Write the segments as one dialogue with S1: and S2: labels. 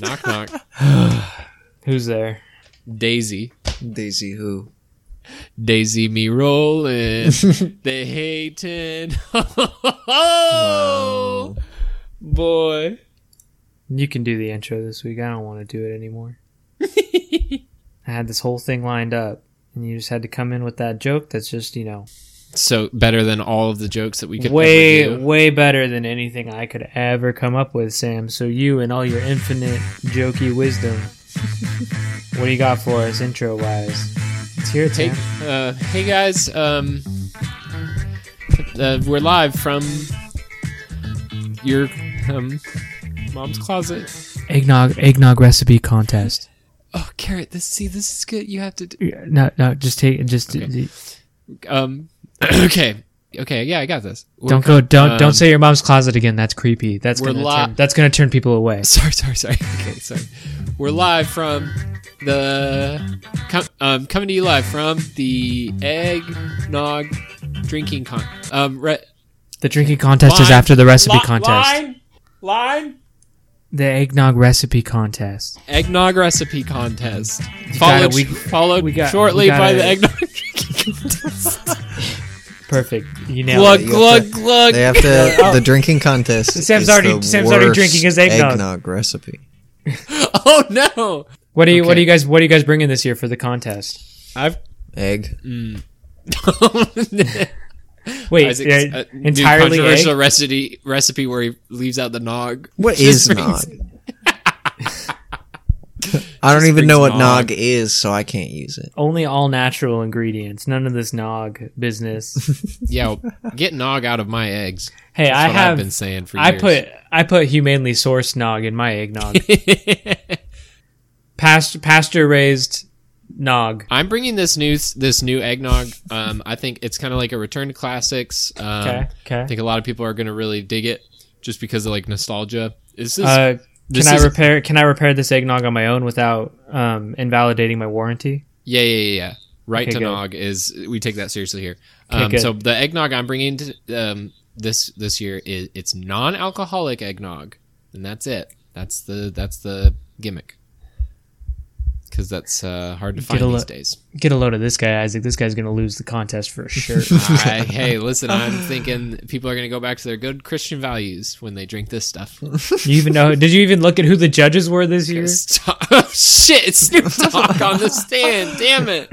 S1: knock knock.
S2: Who's there?
S1: Daisy.
S3: Daisy who?
S1: Daisy me rolling. they hating. oh boy.
S2: You can do the intro this week. I don't want to do it anymore. I had this whole thing lined up, and you just had to come in with that joke that's just, you know,
S1: So better than all of the jokes that we could
S2: way,
S1: ever do.
S2: way better than anything I could ever come up with, Sam. So you and all your infinite jokey wisdom. what do you got for us intro wise? It's your
S1: Hey,
S2: take.
S1: uh, hey guys, um, uh, we're live from your um, mom's closet.
S2: Eggnog eggnog recipe contest.
S1: Oh, carrot! This see, this is good. You have to. Do,
S2: No, no, just take just
S1: Okay. um, okay, okay, yeah, I got this. We're
S2: don't go don't
S1: um,
S2: don't say your mom's closet again. That's creepy. That's
S1: we're
S2: gonna
S1: li-
S2: turn, that's gonna turn people away.
S1: Sorry, sorry, sorry. Okay, sorry. We're live from the com- um, coming to you live from the eggnog drinking con um re-
S2: The drinking contest is
S1: Line-
S2: after the recipe
S1: li-
S2: contest.
S1: line line
S2: The eggnog recipe contest.
S1: eggnog recipe contest.
S2: got
S1: Followed
S2: it. We-
S1: followed
S2: we got-
S1: shortly
S2: we got
S1: by
S2: it.
S1: the eggnog drinking contest.
S2: Perfect. You nailed
S1: glug
S3: you have
S1: glug
S3: to-
S1: glug.
S3: They have to the drinking contest.
S2: Oh. Sam's
S3: is
S2: already-
S3: the
S2: Sam's already
S3: worst
S2: drinking his eggnog.
S3: recipe.
S1: oh no!
S2: What do you What
S1: Okay.
S2: do you guys What do you guys bringing this year for the contest?
S1: I've.
S3: Egg.
S2: Mm. Wait,
S1: Isaac's
S2: yeah,
S1: uh, new
S2: entirely egg?
S1: controversial recipe recipe where he leaves out the nog.
S3: What
S1: Just
S3: is
S1: brings-
S3: nog? I don't even know
S1: brings
S3: what
S1: nog.
S3: nog is, so I can't use it.
S2: Only all natural ingredients. None of this nog business.
S1: Yeah, well, get nog out of my eggs.
S2: hey,
S1: That's
S2: I
S1: what
S2: have.
S1: I've been saying for
S2: I
S1: years.
S2: put I put humanely sourced nog in my eggnog.
S1: put.
S2: Past, pasture raised nog.
S1: I'm bringing this new this new eggnog. Um, I think it's kind of like a return to classics. Um,
S2: Okay,
S1: I
S2: okay.
S1: think a lot of people are going to really dig it just because of like nostalgia. Is this?
S2: Uh,
S1: this
S2: can I
S1: is-
S2: repair Can I repair this eggnog on my own without um, invalidating my warranty?
S1: Yeah, yeah, yeah. yeah. Right
S2: Okay,
S1: to
S2: good.
S1: nog is we take that seriously here.
S2: Okay,
S1: Um,
S2: good.
S1: so the eggnog I'm bringing to, um, this this year is it's non-alcoholic eggnog, and that's it. That's the that's the gimmick. Because that's uh, hard to find
S2: a
S1: these
S2: lo-
S1: days.
S2: Get a load of this guy, Isaac. This guy's gonna lose the contest for sure.
S1: I, hey, listen, I'm thinking people are going to go back to their good Christian values when they drink this stuff.
S2: you even know? Did you even look at who the judges were this year?
S1: Stop. Oh, shit, it's Snoop Dogg on the stand. Damn it.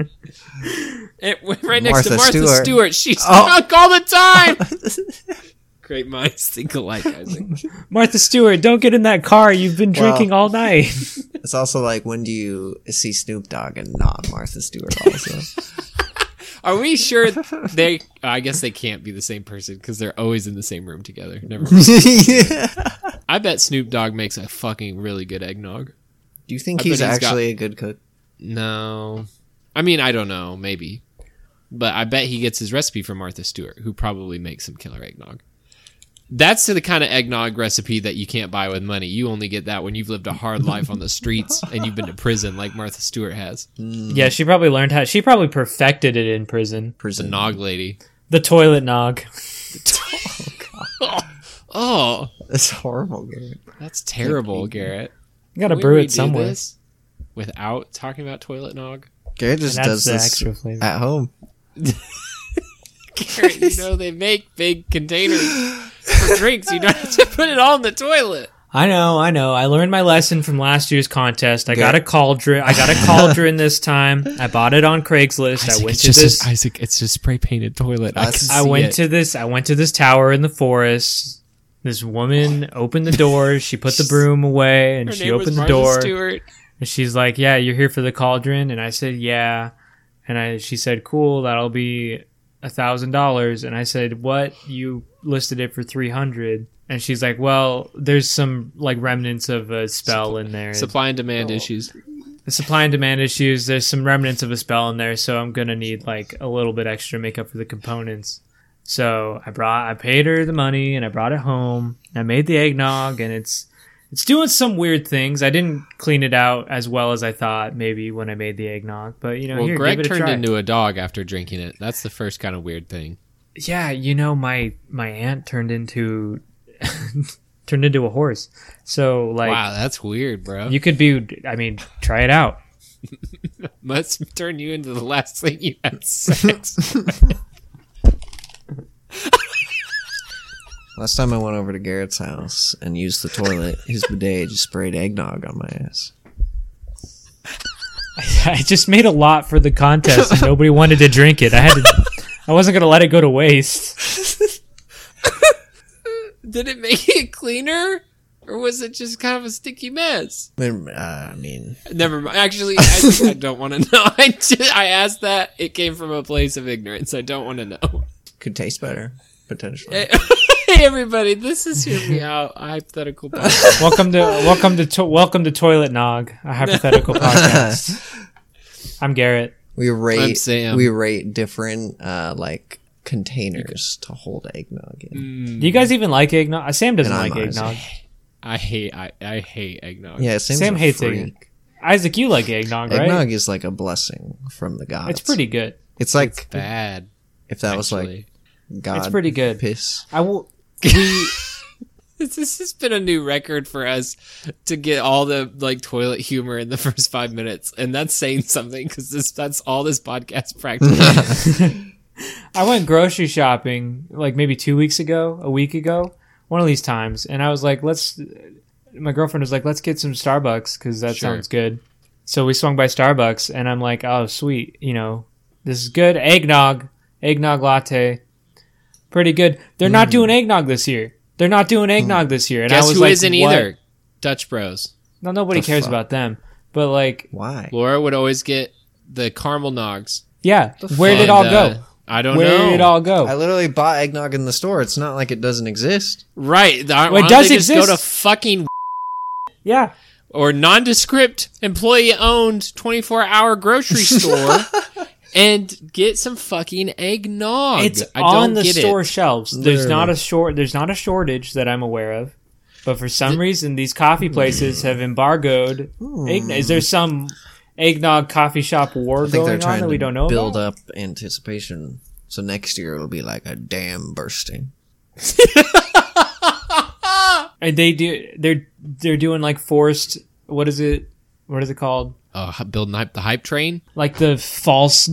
S1: It went right next to
S3: Martha
S1: Martha Stewart.
S3: Stewart.
S1: She's
S3: Oh.
S1: drunk all the time. Great minds think alike, Isaac.
S2: Martha Stewart, don't get in that car. You've been
S3: Wow.
S2: drinking all night.
S3: It's also like when do you see Snoop Dogg and not Martha Stewart? Also,
S1: Are we sure they? uh, I guess they can't be the same person because they're always in the same room together. Never mind. I bet Snoop Dogg makes a fucking really good eggnog.
S3: do you think
S1: I bet he's
S3: he's
S1: got-
S3: actually a good cook?
S1: No. I mean, I don't know, maybe. But I bet he gets his recipe from Martha Stewart, who probably makes some killer eggnog. That's the kind of eggnog recipe that you can't buy with money. You only get that when you've lived a hard life on the streets and you've been to prison like Martha Stewart has.
S2: yeah, she probably learned how. She probably perfected it in prison.
S1: The nog lady.
S2: The toilet nog.
S1: Oh,
S3: That's horrible. Garrett.
S1: that's terrible, Garrett.
S2: You gotta
S1: Can we
S2: brew it
S1: redo
S2: somewhere.
S1: this without talking about toilet nog?
S3: Garrett just
S2: That's
S3: does
S2: the
S3: this
S2: extra flavor.
S3: at home.
S1: Garrett, you know they make big containers for drinks. You don't have to put it all in the toilet.
S2: I know, I know. I learned my lesson from last year's contest. I
S3: Yeah.
S2: got a cauldron. I got a cauldron this time. I bought it on Craigslist. I went to this.
S1: Isaac, it's just spray painted toilet.
S3: I can
S2: I went to this. I went to this tower in the forest. This woman opened the door. She put the broom away, and she opened the door.
S1: Stewart.
S2: And she's like, "Yeah, you're here for the cauldron." And I said, "Yeah." And I, she said, "Cool, that'll be a thousand dollars." And I said, "What? You listed it for three hundred? And she's like, "Well, there's some like remnants of a spell in there.
S1: Supply and demand issues.
S2: the supply and demand issues. There's some remnants of a spell in there, so I'm gonna need like a little bit extra to make up for the components." So I brought, I paid her the money, and I brought it home. I made the eggnog, and it's it's doing some weird things. I didn't clean it out as well as I thought maybe when I made the eggnog, but you know,
S1: Well,
S2: here,
S1: Greg
S2: give it a
S1: turned
S2: try.
S1: into a dog after drinking it. That's the first kind of weird thing.
S2: yeah, you know, my my aunt turned into turned into a horse. So like
S1: wow, that's weird, bro.
S2: you could be. I mean, try it out.
S1: Must turn you into the last thing you had sex.
S3: Last time I went over to Garrett's house and used the toilet, his bidet just sprayed eggnog on my ass.
S2: I just made a lot for the contest, and nobody wanted to drink it. I had to. I wasn't gonna let it go to waste.
S1: Did it make it cleaner? Or was it just kind of a sticky mess?
S3: I mean, uh, I mean,
S1: Never mind. Actually, I, think I don't want to know. I, just, I asked that. It came from a place of ignorance. I don't want to know.
S3: could taste better potentially.
S1: hey, everybody, this is Hear Me Out, a hypothetical podcast.
S2: Welcome to welcome to, to welcome to Toilet Nog, a hypothetical podcast. I'm Garrett.
S3: We
S1: I'm
S3: rate
S1: Sam.
S3: we rate different uh, like containers to hold eggnog in.
S1: Mm.
S2: Do you guys even like eggnog? Uh, Sam doesn't
S3: And I'm
S2: like
S3: Isaac.
S2: eggnog.
S1: I hate I, I hate eggnog.
S3: Yeah, Sam's
S2: Sam
S3: a
S2: hates
S3: freak.
S2: eggnog, Isaac, you like eggnog, right?
S3: Eggnog is like a blessing from the gods.
S2: It's pretty good.
S3: It's like
S1: Bad.
S3: if that was like
S1: actually.
S3: God.
S2: It's pretty good.
S3: Piss.
S2: I will. We
S1: This, this has been a new record for us to get all the like toilet humor in the first five minutes, and that's saying something because this that's all this podcast practice.
S2: I went grocery shopping like maybe two weeks ago, a week ago, one of these times, and I was like, let's. My girlfriend was like, let's get some Starbucks because that
S1: Sure.
S2: sounds good. So we swung by Starbucks, and I'm like, oh sweet, you know, this is good eggnog, eggnog latte, pretty good. They're not doing eggnog this year. They're not doing eggnog this year. And I
S1: Mm. Hmm. Guess
S2: was
S1: who
S2: like,
S1: not
S2: what?
S1: either? Dutch Bros.
S2: No, nobody
S3: The
S2: cares
S3: fuck?
S2: about them. But like,
S3: Why?
S1: Laura would always get the caramel nogs.
S2: yeah, where did it
S1: and,
S2: all
S1: uh,
S2: go?
S1: I don't
S2: Where
S1: know.
S2: did it all go?
S3: I literally bought eggnog in the store. It's not like it doesn't exist.
S1: Right. Why
S2: Well,
S1: don't
S2: it does
S1: they just
S2: exist.
S1: go to fucking
S2: yeah,
S1: or nondescript employee owned 24 hour grocery store and get some fucking eggnog.
S2: It's
S1: I
S2: on
S1: don't
S2: the
S1: get
S2: store
S1: it.
S2: shelves. There's
S3: Literally.
S2: not a short. There's not a shortage that I'm aware of. But for some reason, these coffee places have embargoed.
S1: Hmm.
S2: Egg, is there some eggnog coffee shop war
S3: I think they're
S2: going on
S3: trying
S2: that we
S3: to
S2: don't know
S3: build
S2: about?
S3: up anticipation. So next year it'll be like a dam bursting.
S2: And they do. They're they're doing like forced. What is it? What is it called?
S1: Oh, h- building hype, the hype train.
S2: Like the false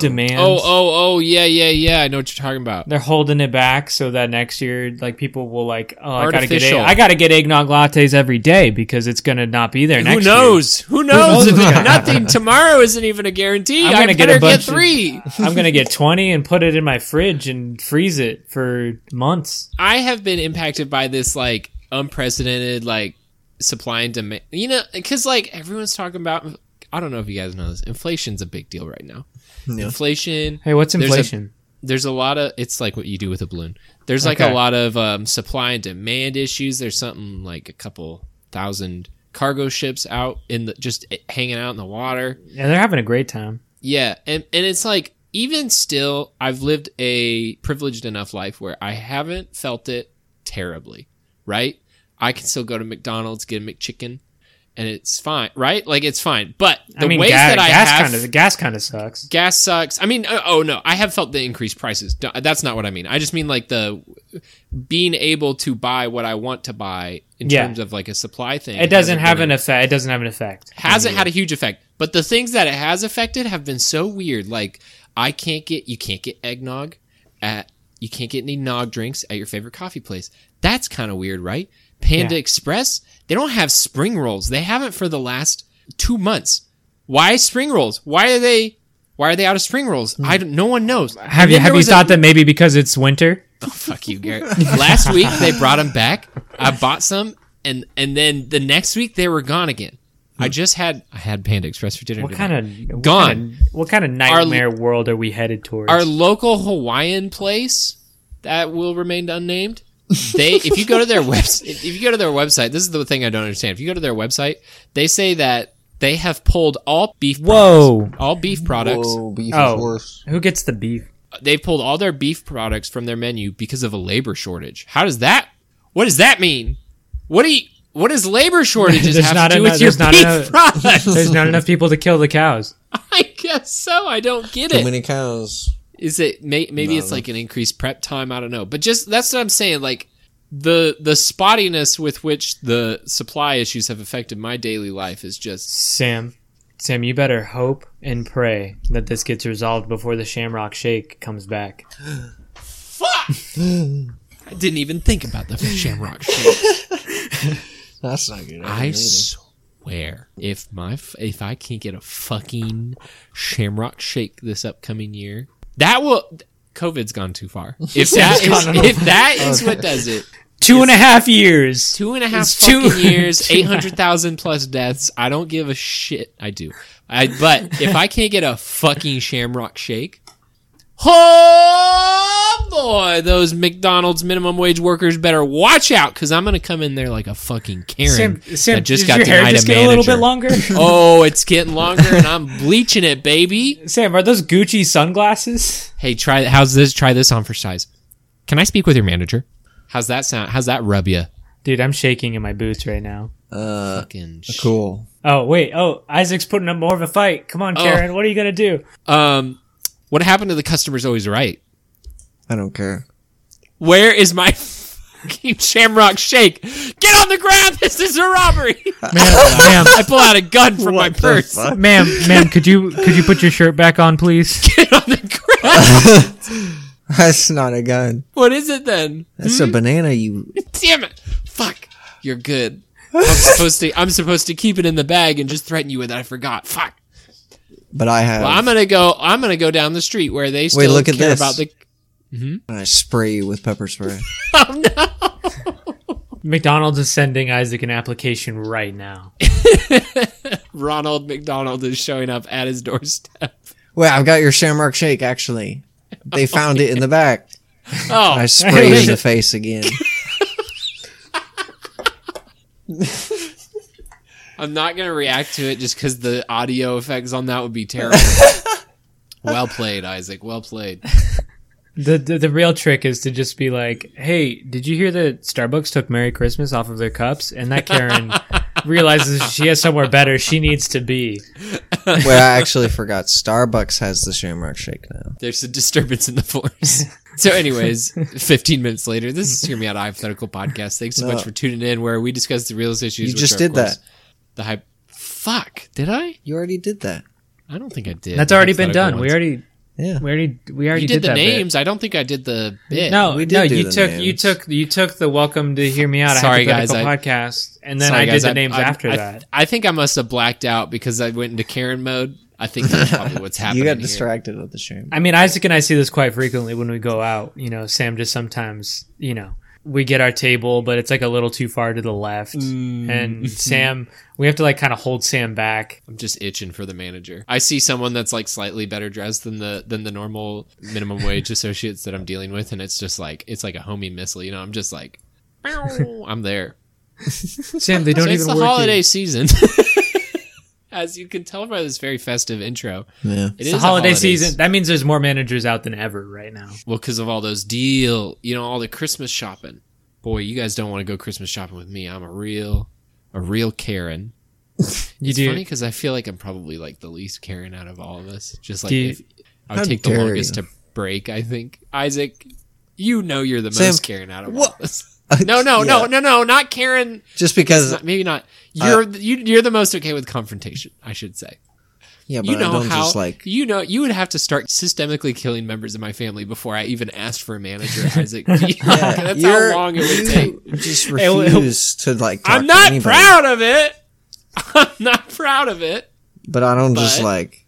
S2: demands.
S1: Oh, oh, oh, yeah, yeah, yeah. I know what you're talking about.
S2: They're holding it back so that next year, like people will like, oh, I gotta get, egg-
S1: Artificial.
S2: I gotta get eggnog lattes every day because it's gonna not be there
S1: Who
S2: next year.
S1: knows? Who knows?
S2: knows
S1: if
S2: if
S1: it-
S2: it-
S1: nothing tomorrow isn't even a guarantee.
S2: I'm
S1: I better
S2: gonna get
S1: get,
S2: a bunch of-
S1: three.
S2: I'm gonna get 20 and put it in my fridge and freeze it for months.
S1: I have been impacted by this like unprecedented like supply and demand. You know, because like everyone's talking about. I don't know if you guys know this. Inflation's a big deal right now.
S3: Yeah.
S1: Inflation.
S2: Hey, what's
S1: There's a-
S2: inflation?
S1: there's a lot of it's like what you do with a balloon. There's like
S2: Okay.
S1: a lot of um, supply and demand issues. There's something like a couple thousand cargo ships out in the just hanging out in the water.
S2: yeah, they're having a great time.
S1: Yeah, and and it's like even still, I've lived a privileged enough life where I haven't felt it terribly, right? I can still go to McDonald's get a McChicken, and it's fine, right? Like it's fine. But the
S2: I mean,
S1: ways
S2: ga-
S1: that I
S2: gas
S1: have
S2: kind of gas kind of sucks.
S1: gas sucks. I mean, oh, oh no, I have felt the increased prices. D- That's not what I mean. I just mean like the being able to buy what I want to buy in
S2: Yeah.
S1: terms of like a supply thing.
S2: It doesn't have
S1: been-
S2: an effect. It doesn't have an effect.
S1: hasn't had a huge effect, but the things that it has affected have been so weird. Like I can't get you can't get eggnog at you can't get any nog drinks at your favorite coffee place. That's kind of weird, right? Panda
S2: Yeah.
S1: Express, they don't have spring rolls. They haven't for the last 2 months. Why spring rolls? Why are they why are they out of spring rolls? I don't, no one knows.
S2: Hmm. Have you have you thought that maybe because it's winter?
S1: Fuck you, Garrett. Last week they brought them back. I bought some, and and then the next week they were gone again. I just had I had Panda Express for dinner.
S2: Hmm. What
S1: today.
S2: kind of what
S1: Gone.
S2: Kind of, what kind of nightmare world are we headed towards?
S1: Our local Hawaiian place that will remain unnamed. They, if you go to their website, if you go to their website, this is the thing I don't understand. If you go to their website, they say that they have pulled all beef.
S2: Whoa.
S1: products- all beef products.
S3: beef
S2: Oh. Who gets the beef?
S1: They've pulled all their beef products from their menu because of a labor shortage. How does that? What does that mean? What do you? What does labor shortages
S2: There's
S1: have
S2: not
S1: to do
S2: enough-
S1: with your
S2: there's not
S1: beef
S2: enough-
S1: products?
S2: There's not enough people to kill the cows.
S1: I guess so. I don't get
S3: Too
S1: it.
S3: many cows.
S1: Is it may, maybe it's like an increased prep time? I don't know. But just that's what I'm saying. Like the the spottiness with which the supply issues have affected my daily life is just
S2: Sam, Sam, you better hope and pray that this gets resolved before the Shamrock Shake comes back.
S1: fuck. I didn't even think about the Shamrock Shake.
S3: That's not good.
S1: I swear, if my f- if I can't get a fucking Shamrock Shake this upcoming year, that will. COVID's gone too far. If that is, if that is what does it,
S2: Two and a half years.
S1: two and a half
S2: It's two-
S1: fucking years,
S2: two and
S1: eight
S2: a half.
S1: hundred thousand plus deaths. I don't give a shit. I do. I but if I can't get a fucking Shamrock Shake, oh boy, those McDonald's minimum wage workers better watch out because I'm gonna come in there like a fucking Karen
S2: Sam, Sam,
S1: that just
S2: does
S1: got
S2: your hair
S1: denied
S2: just
S1: a
S2: get a little bit
S1: manager.
S2: longer?
S1: oh, it's getting longer, and I'm bleaching it, baby.
S2: Sam, are those Gucci sunglasses?
S1: Hey, try how's this? Try this on for size. Can I speak with your manager? How's that sound? How's that rub you?
S2: Dude, I'm shaking in my boots right now.
S3: Uh,
S1: Fucking
S3: cool.
S2: Oh wait, oh Isaac's putting up more of a fight. Come on, Karen, what are you gonna do?
S1: Um, what happened to the customer's always right?
S3: I don't care.
S1: Where is my fucking shamrock shake? Get on the ground! This is a robbery!
S2: Ma'am,
S1: I pull out a gun from my
S3: What the
S1: purse.
S3: fuck?
S2: ma'am, ma'am, could you could you put your shirt back on, please?
S1: Get on the ground!
S3: That's not a gun.
S1: what is it then?
S3: That's a banana. You.
S1: Damn it! Fuck! You're good. I'm supposed to. I'm supposed to keep it in the bag and just threaten you with I forgot. Fuck.
S3: But I have.
S1: Well, I'm gonna go. I'm gonna go down the street where they still
S3: look at
S1: care
S3: this.
S1: about the.
S3: I spray you with pepper spray.
S1: Oh no!
S2: McDonald's is sending Isaac an application right now.
S1: Ronald McDonald is showing up at his doorstep.
S3: Wait, I've got your Shamrock Shake. Actually, they found it in the back.
S1: Oh,
S3: I spray you in the face again.
S1: I'm not gonna react to it just because the audio effects on that would be terrible. well played, Isaac. Well played.
S2: The, the the real trick is to just be like, hey, did you hear that Starbucks took Merry Christmas off of their cups? And that Karen realizes she has somewhere better she needs to be.
S3: Wait, I actually forgot. Starbucks has the Shamrock Shake now.
S1: There's a disturbance in the force. So, anyways, 15 minutes later, this is Hear Me Out Hypothetical Podcast. Thanks so
S3: No.
S1: much for tuning in, where we discuss the real issues.
S3: You
S1: which
S3: just
S1: are, of
S3: did
S1: course,
S3: that.
S1: The hype. Fuck. Did I?
S3: You already did that.
S1: I don't think I did.
S2: That's
S1: The
S2: already been
S1: hypothetical
S2: done. We
S1: ones.
S2: already
S3: Yeah.
S2: we already we
S1: You
S2: already
S1: did,
S2: did,
S1: the
S2: that bit.
S1: names. I don't think I did the bit.
S2: No,
S3: We did
S2: no,
S3: do
S2: you
S3: the
S2: took you
S3: names.
S2: took you took the welcome to hear me out.
S1: Sorry,
S2: Sorry,
S1: guys,
S2: guys, podcast, and then
S1: Sorry,
S2: I did
S1: guys,
S2: the names
S1: I-
S2: after
S1: I-
S2: that.
S1: I think I must have blacked out because I went into Karen mode. I think that's probably what's happening.
S3: You got
S1: here.
S3: distracted with the shame.
S2: I mean, Isaac and I see this quite frequently when we go out. You know, Sam just sometimes, you know, we get our table, but it's like a little too far to the left,
S1: Mm.
S2: and Sam, we have to like kind of hold Sam back.
S1: I'm just itching for the manager. I see someone that's like slightly better dressed than the than the normal minimum wage associates that I'm dealing with, and it's just like it's like a homie missile. You know, I'm just like, "Meow," I'm there.
S2: Sam, they don't
S1: So it's
S2: even
S1: the
S2: work.
S1: holiday
S2: here.
S1: season, as you can tell by this very festive intro.
S3: Yeah.
S1: It
S2: It's
S1: is
S2: the holiday season. That means there's more managers out than ever right now.
S1: Well, because of all those deal, you know, all the Christmas shopping. Boy, you guys don't want to go Christmas shopping with me. I'm a real, a real Karen.
S2: You
S1: it's
S2: do.
S1: funny because I feel like I'm probably like the least Karen out of all of us. Just like
S2: Do you-
S1: if I would
S3: How
S1: take the
S3: dare
S1: longest to break. I think Isaac, you know, you're the
S3: Sam,
S1: most Karen out of all
S3: what-
S1: of us. No, no, no,
S3: Yeah.
S1: no, no, not Karen.
S3: Just because.
S1: Not, maybe not. You're you, you're the most okay with confrontation. I should say.
S3: Yeah, but
S1: You know
S3: I don't
S1: how
S3: just like.
S1: you know you would have to start systemically killing members of my family before I even asked for a manager, Isaac. That's how
S3: You're-
S1: long it would take.
S3: you just
S2: will-
S3: refuse to like. Talk
S1: I'm not
S3: to anybody.
S1: proud of it. I'm not proud of it.
S3: but I don't just
S1: but-
S3: like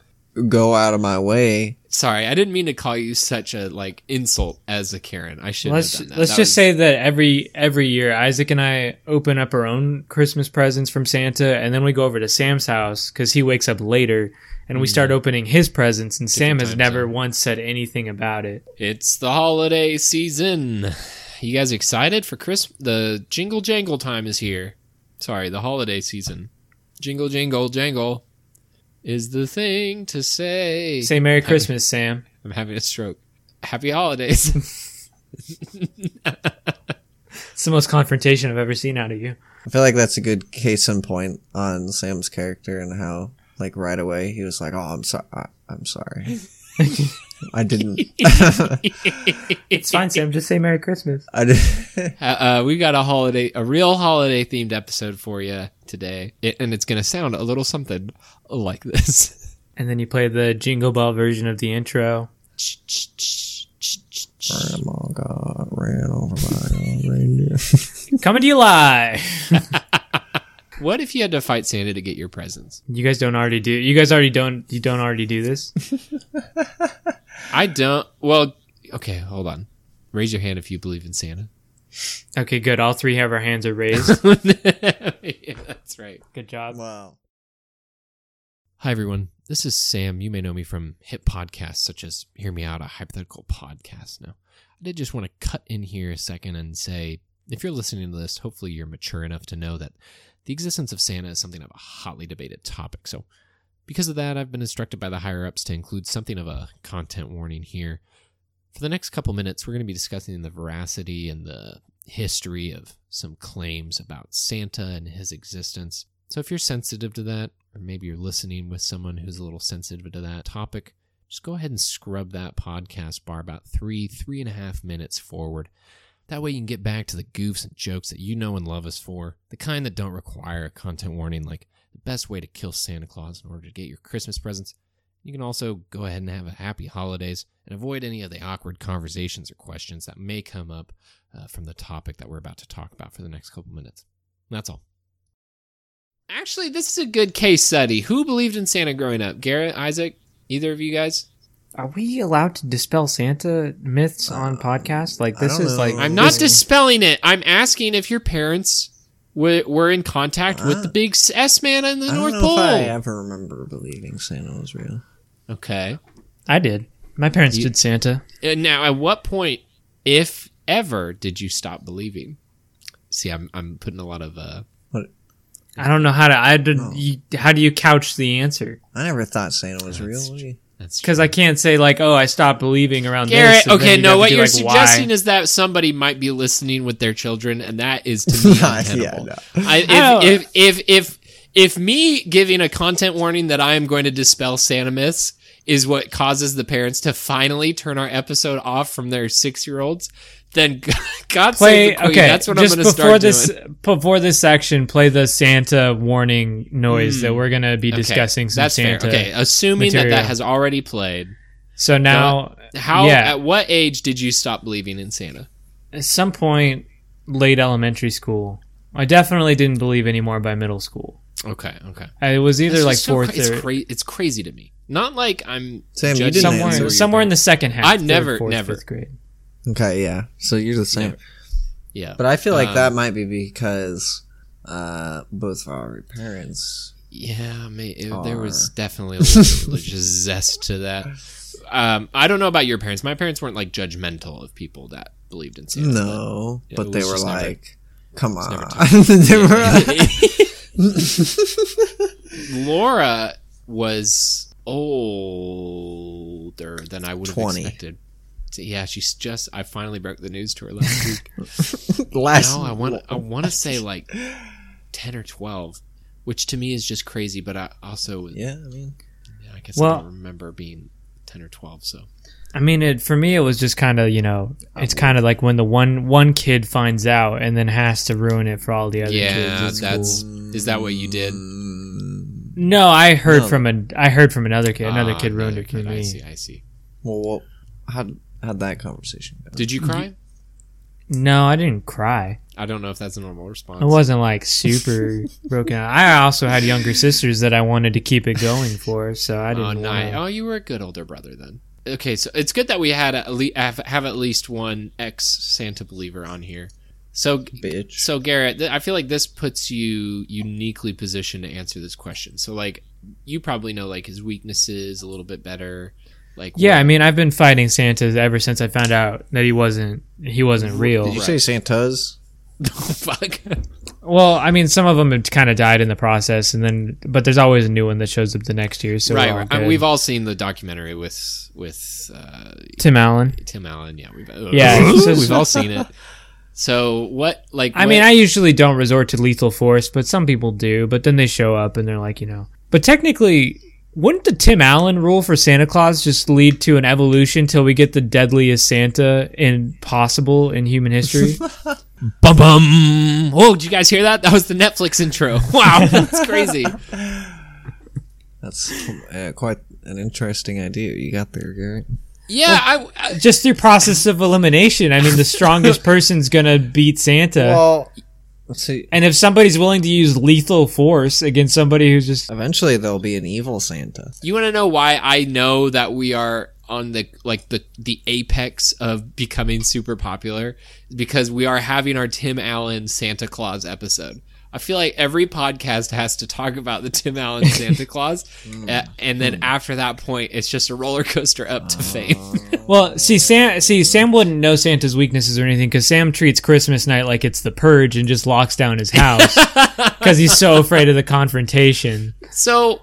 S3: go out of my way.
S1: Sorry, I didn't mean to call you such a like insult as a Karen. I should
S2: let's
S1: have done that.
S2: let's
S1: That
S2: just
S1: was-
S2: say that every every year Isaac and I open up our own Christmas presents from Santa, and then we go over to Sam's house because he wakes up later, and we start opening his presents, and Sam
S1: Different
S2: has
S1: time
S2: never
S1: zone.
S2: once said anything about it.
S1: it's the holiday season. You guys excited for Christmas? The jingle jangle time is here. Sorry, the holiday season. Jingle jingle jangle is the thing to say.
S2: Say Merry Christmas, Sam.
S1: I'm having a stroke. Happy holidays.
S2: It's the most confrontation I've ever seen out of you.
S3: I feel like that's a good case in point on Sam's character and how like right away he was like, "Oh, I'm sorry, I'm sorry." I didn't.
S2: It's fine, Sam. Just say Merry Christmas.
S3: I did.
S1: Uh, uh, we've got a holiday, a real holiday themed episode for you today, It- and it's going to sound a little something like this.
S2: And then you play the Jingle Bell version of the intro.
S3: Grandma got ran over by a reindeer.
S2: Coming to you live.
S1: What if you had to fight Santa to get your presents?
S2: You guys don't already do. You guys already don't. You don't already do this.
S1: I don't. Well, okay, hold on. Raise your hand if you believe in Santa.
S2: Okay, good. All three of our hands are raised.
S1: yeah, that's right.
S2: good job.
S3: Wow.
S1: Hi, everyone. This is Sam. You may know me from hit podcasts such as Hear Me Out, a hypothetical podcast. Now, I did just want to cut in here a second and say if you're listening to this, hopefully you're mature enough to know that the existence of Santa is something of a hotly debated topic. So, because of that, I've been instructed by the higher ups to include something of a content warning here. For the next couple minutes, we're going to be discussing the veracity and the history of some claims about Santa and his existence. So if you're sensitive to that, or maybe you're listening with someone who's a little sensitive to that topic, just go ahead and scrub that podcast bar about three, three and a half minutes forward. That way you can get back to the goofs and jokes that you know and love us for, the kind that don't require a content warning like the best way to kill Santa Claus in order to get your Christmas presents. You can also go ahead and have a happy holidays and avoid any of the awkward conversations or questions that may come up uh, from the topic that we're about to talk about for the next couple minutes. That's all. Actually, this is a good case study. Who believed in Santa growing up? Garrett, Isaac, either of you guys?
S2: Are we allowed to dispel Santa myths on podcasts? Like
S3: Uh, I
S2: this
S3: don't
S2: is
S3: know.
S2: like
S1: I'm not
S2: this-
S1: dispelling it. I'm asking if your parents were, were in contact with the big S man in the
S3: I don't
S1: North
S3: know
S1: Pole.
S3: if I ever remember believing Santa was real.
S1: Okay.
S2: I did. My parents
S1: You-
S2: did Santa.
S1: And now, at what point, if ever, did you stop believing? See, I'm I'm putting a lot of uh,
S2: I don't know how to. I did,
S3: Oh.
S2: you, How do you couch the answer?
S3: I never thought Santa was real.
S1: That's
S3: What do you-
S1: that's
S2: Because I can't say like, oh, I stopped believing around
S1: Garrett.
S2: this. and then
S1: okay,
S2: you'd
S1: no,
S2: have to
S1: what
S2: be
S1: you're
S2: like, why?
S1: suggesting is that somebody might be listening with their children, and that is to me
S3: yeah,
S1: untenable.
S3: no.
S1: I,
S2: Oh.
S1: if, if if if if me giving a content warning that I am going to dispel Santa myths is what causes the parents to finally turn our episode off from their six year olds, then God
S2: play
S1: save the queen.
S2: okay.
S1: That's what I'm
S2: just
S1: going to
S2: before
S1: start
S2: this
S1: doing.
S2: before this section, play the Santa warning noise that we're gonna be discussing
S1: Hmm, okay,
S2: some
S1: that's
S2: Santa.
S1: fair. Okay, assuming that
S2: material.
S1: that has already played.
S2: So now,
S1: How?
S2: Yeah.
S1: At what age did you stop believing in Santa?
S2: at some point, late elementary school, I definitely didn't believe anymore by middle school.
S1: Okay. Okay.
S2: I- Uh, It was either
S1: It's
S2: like
S1: just so
S2: fourth
S1: cra- it's,
S2: or
S1: cra- it's crazy to me. Not like I'm
S3: Sam, you
S1: judging
S3: didn't
S1: them
S3: answer
S1: or
S2: somewhere
S3: your
S2: somewhere in the second half.
S1: I
S2: third,
S1: never-
S2: fourth,
S1: never.
S2: fifth grade.
S3: Okay, yeah. So you're the same.
S1: Never. Yeah.
S3: But I feel like
S1: Um,
S3: that might be because uh, both of our parents.
S1: Yeah, mate, it- there was
S3: Are.
S1: definitely a little bit of religious zest to that. Um, I don't know about your parents. My parents weren't like judgmental of people that believed in Santa.
S3: No,
S1: Yeah, it
S3: but they
S1: was
S3: were
S1: just never-
S3: like, "Come
S1: never
S3: on!"
S1: touched.
S3: they were
S1: Laura was older than I would have
S3: 20.
S1: expected. So, Yeah, she's just. I finally broke the news to her last week.
S3: last.
S1: No, I want I want to say like ten or twelve, which to me is just crazy. But I also yeah.
S3: Yeah, I mean,
S1: I guess I
S2: Well-
S1: don't remember being ten or twelve. So
S2: I mean, it for me, it was just kind of you know, it's
S3: Oh.
S2: kind of like when the one one kid finds out and then has to ruin it for all the other kids.
S1: yeah,
S2: at school.
S1: that's is that what you did?
S3: mm,
S2: no. I heard
S3: No.
S2: from a I heard from another kid. Another
S1: Ah,
S2: kid ruined it for
S1: kid. I see.
S2: me.
S1: I see.
S3: well, what, how how'd that conversation go?
S1: Did you cry?
S2: Mm-hmm. No, I didn't cry.
S1: I don't know if that's a normal response.
S2: I wasn't like super broken. out. I also had younger sisters that I wanted to keep it going for, so I
S1: Oh,
S2: didn't.
S1: nice.
S2: wanna-
S1: Oh, you were a good older brother then. Okay, so it's good that we had at le- have, have at least one ex Santa believer on here. So
S3: Bitch.
S1: So Garrett, th- I feel like this puts you uniquely positioned to answer this question. So like, you probably know like his weaknesses a little bit better. Like,
S2: Yeah,
S1: what-
S2: I mean, I've been fighting Santa ever since I found out that he wasn't he wasn't real.
S3: Did you say Santa's?
S1: fuck.
S2: Well, I mean, some of them had kind of died in the process, and then but there's always a new one that shows up the next year. So
S1: right.
S2: we're all
S1: right. And
S2: good.
S1: we've all seen the documentary with with uh,
S2: Tim Allen.
S1: Tim Allen. Yeah, we've uh,
S2: Yeah, it's just-
S1: we've all seen it. So what? Like,
S2: I mean, I usually don't resort to lethal force, but some people do. But then they show up and they're like, you know. But technically, Wouldn't the Tim Allen rule for Santa Claus just lead to an evolution till we get the deadliest Santa in possible in human history?
S1: Bum bum. Oh, did you guys hear that? That was the Netflix intro. Wow, that's crazy.
S3: That's uh, quite an interesting idea you got there, Garrett.
S1: Yeah, I, I
S2: just through process of elimination. I mean, the strongest person's gonna beat Santa.
S3: Well, let's see.
S2: and if somebody's willing to use lethal force against somebody who's just
S3: Eventually, there'll be an evil Santa.
S1: you want to know why I know that we are on the like the the apex of becoming super popular because we are having our Tim Allen Santa Claus episode. I feel like every podcast has to talk about the Tim Allen Santa Claus, a- and then after that point, it's just a roller coaster up to fame.
S2: Well, see, Sam. See, Sam wouldn't know Santa's weaknesses or anything because Sam treats Christmas night like it's the purge and just locks down his house because he's so afraid of the confrontation.
S1: So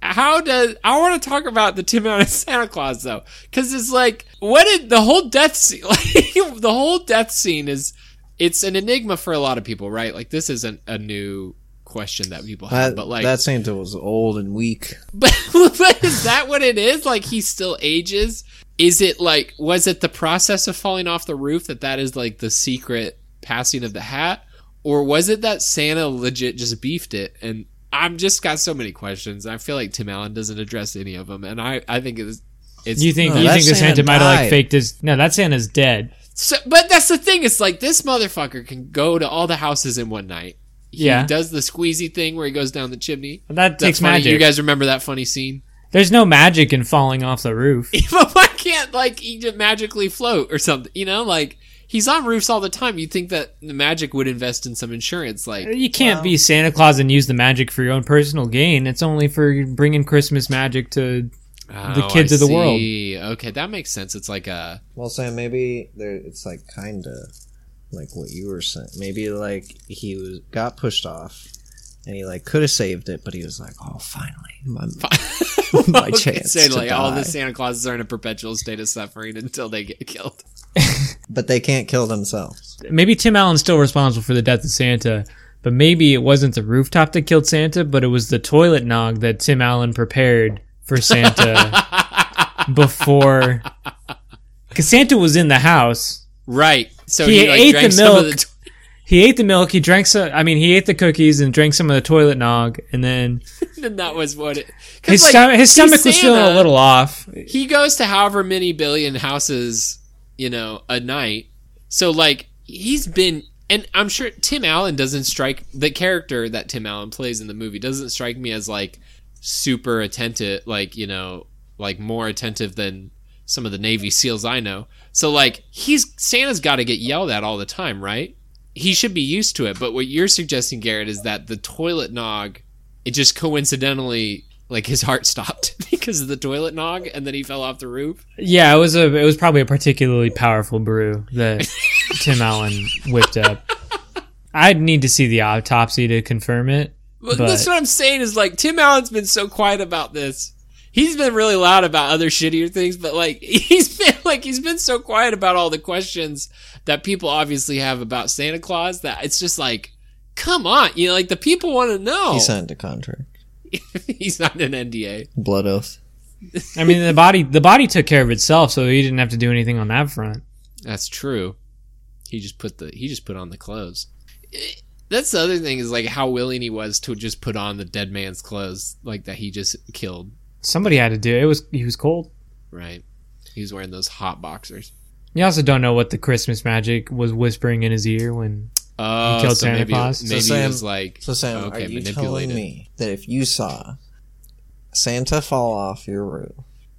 S1: how does I want to talk about the Tim Allen Santa Claus though? Because it's like what did the whole death scene? Like, the whole death scene is it's an enigma for a lot of people, right? Like this isn't a new question that people have,
S3: That,
S1: but like,
S3: that Santa was old and weak.
S1: but, but is that what it is? Like he still ages? Is it like was it the process of falling off the roof that that is like the secret passing of the hat, or was it that Santa legit just beefed it? And I'm just got so many questions. I feel like Tim Allen doesn't address any of them, and I I think it's it's
S2: You think
S3: No,
S2: you
S3: that
S2: think the
S3: Santa
S2: Santa might have like
S3: died.
S2: faked his? No, that Santa's dead.
S1: So, but that's the thing. It's like this motherfucker can go to all the houses in one night. He
S2: Yeah.
S1: does the squeezy thing where he goes down the chimney.
S2: That
S1: That's
S2: takes
S1: funny.
S2: magic.
S1: You guys remember that funny scene?
S2: There's no magic in falling off the roof.
S1: but why can't like he just magically float or something? You know, like he's on roofs all the time. You'd think that the magic would invest in some insurance, like
S2: You can't be Santa Claus and use the magic for your own personal gain. It's only for bringing Christmas magic to.
S1: Oh,
S2: kids
S1: I
S2: of the world.
S1: see. Okay, that makes sense. It's like a
S3: Well, Sam, maybe there, it's like kind of like what you were saying. Maybe like he was got pushed off, and he like could have saved it, but he was like, "Oh, finally, my, my
S1: Okay,
S3: chance
S1: say
S3: to
S1: like all
S3: die.
S1: the Santa Clauses are in a perpetual state of suffering until they get killed.
S3: But they can't kill themselves.
S2: Maybe Tim Allen's still responsible for the death of Santa, but maybe it wasn't the rooftop that killed Santa, but it was the toilet nog that Tim Allen prepared for Santa before. Because Santa was in the house.
S1: Right. So
S2: He
S1: he, like,
S2: ate
S1: drank
S2: the
S1: some of
S2: milk.
S1: the.
S2: He ate the milk. He drank some. I mean, he ate the cookies and drank some of the toilet nog, and then
S1: and that was what it. 'cause,
S2: his
S1: like,
S2: stom- his
S1: he's
S2: stomach was feeling a
S1: Santa.
S2: little off.
S1: he goes to however many billion houses, you know, a night. So like he's been and I'm sure Tim Allen doesn't strike the character that Tim Allen plays in the movie doesn't strike me as like super attentive, like, you know, like more attentive than some of the Navy SEALs I know. So like he's Santa's gotta get yelled at all the time, right? He should be used to it. But what you're suggesting, Garrett, is that the toilet nog it just coincidentally like his heart stopped because of the toilet nog and then he fell off the roof
S2: Yeah, it was a it was probably a particularly powerful brew that Tim Allen whipped up. I'd need to see the autopsy to confirm it.
S1: but,
S2: But-
S1: that's what i'm saying is like tim allen's been so quiet about this he's been really loud about other shittier things but like he's been like he's been so quiet about all the questions that people obviously have about santa claus that it's just like come on you know like the people want to know
S3: He signed a contract,
S1: he's not an nda
S3: blood oath.
S2: I mean, the body the body took care of itself, so he didn't have to do anything on that front.
S1: That's true. He just put the he just put on the clothes. It- that's the other thing is like how willing he was to just put on the dead man's clothes like that he just killed,
S2: Somebody had to do it. it was he was cold.
S1: right? He was wearing those hot boxers.
S2: You also don't know what the Christmas magic was whispering in his ear when
S1: Oh,
S2: killed
S1: so
S2: Santa
S1: maybe,
S2: Claus?
S1: maybe
S3: So
S1: it
S3: Sam-
S1: was like
S3: So Sam,
S1: okay,
S3: are you
S1: manipulated.
S3: telling me that if you saw Santa fall off your roof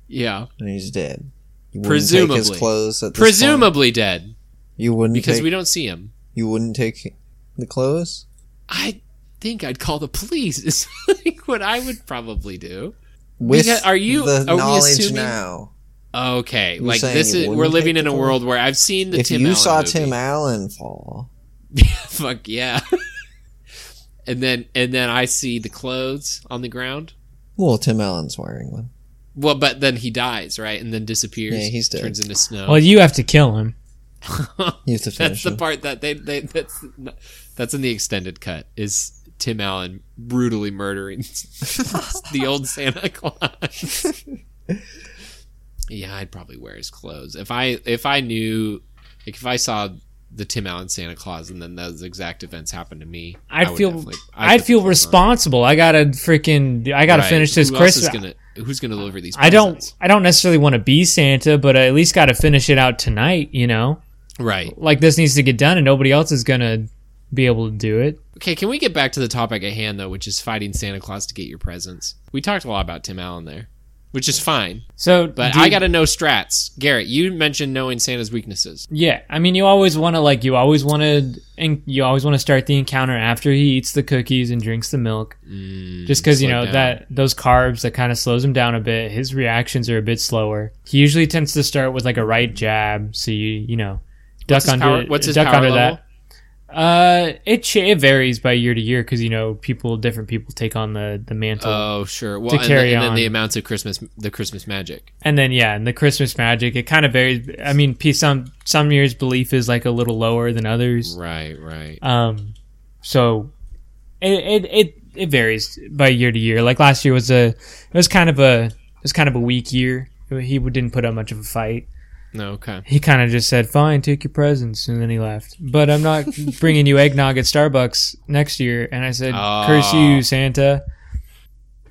S1: Yeah,
S3: and he's dead, you wouldn't take
S1: Presumably.
S3: his clothes at this point?
S1: presumably dead
S3: you wouldn't
S1: because
S3: take,
S1: we don't see him.
S3: you wouldn't take the clothes.
S1: I think I'd call the police. Is like what I would probably do.
S3: With
S1: Because are you-
S3: the
S1: are we
S3: knowledge
S1: assuming-
S3: now?
S1: Okay,
S3: You're
S1: like
S3: saying
S1: this
S3: you
S1: is we're
S3: wouldn't
S1: living
S3: take
S1: in
S3: the
S1: a
S3: clothes?
S1: world where I've seen the
S3: If
S1: Tim
S3: you
S1: Allen
S3: saw
S1: movie.
S3: Tim Allen fall,
S1: fuck yeah and then and then i see the clothes on the ground
S3: well, Tim Allen's wearing one.
S1: well but then he dies right and then disappears
S3: Yeah, he's dead.
S1: turns into snow
S2: well, you have to kill him.
S3: You have to finish
S1: that's the
S3: him.
S1: part that they, they that's that's in the extended cut is Tim Allen brutally murdering the old Santa Claus. yeah, I'd probably wear his clothes if I if I knew like if I saw the Tim Allen Santa Claus and then those exact events happened to me.
S2: I'd
S1: I would
S2: feel-
S1: definitely-
S2: I'd,
S1: put
S2: feel
S1: the clothes on.
S2: responsible. I gotta freaking. I gotta
S1: Right.
S2: finish this
S1: Who else is
S2: Christmas.
S1: gonna- who's gonna deliver these?
S2: I don't.
S1: presents?
S2: I don't necessarily want to be Santa, but I at least gotta finish it out tonight. You know,
S1: Right.
S2: like this needs to get done, and nobody else is gonna be able to do it.
S1: Okay, can we get back to the topic at hand though, which is fighting Santa Claus to get your presents? We talked a lot about Tim Allen there, which is fine,
S2: So,
S1: but
S2: do
S1: I
S2: you-
S1: got to know strats. Garrett, you mentioned knowing Santa's weaknesses.
S2: Yeah, I mean, you always want to like, you always want to, and you always want to start the encounter after he eats the cookies and drinks the milk,
S1: Mm,
S2: just because you
S1: slow
S2: know
S1: down.
S2: that those carbs that kind of slows him down a bit. His reactions are a bit slower. He usually tends to start with like a right jab, so you you know, duck
S1: What's his
S2: under
S1: power- what's his
S2: duck
S1: power
S2: under
S1: level?
S2: that. Uh, it cha- it varies by year to year because you know people different people take on the the mantle,
S1: Oh, sure. Well,
S2: To
S1: and,
S2: carry
S1: then, and then the
S2: on.
S1: amounts of Christmas, the Christmas magic.
S2: and then yeah, and the Christmas magic it kind of varies. I mean, p- some some years belief is like a little lower than others.
S1: Right, right.
S2: Um, so it, it it it varies by year to year. Like last year was a it was kind of a it was kind of a weak year. He didn't put up much of a fight.
S1: No, okay.
S2: He kind of just said, "Fine, take your presents," and then he left. But I'm not bringing you eggnog at Starbucks next year. And I said, "Curse
S1: Oh.
S2: you, Santa."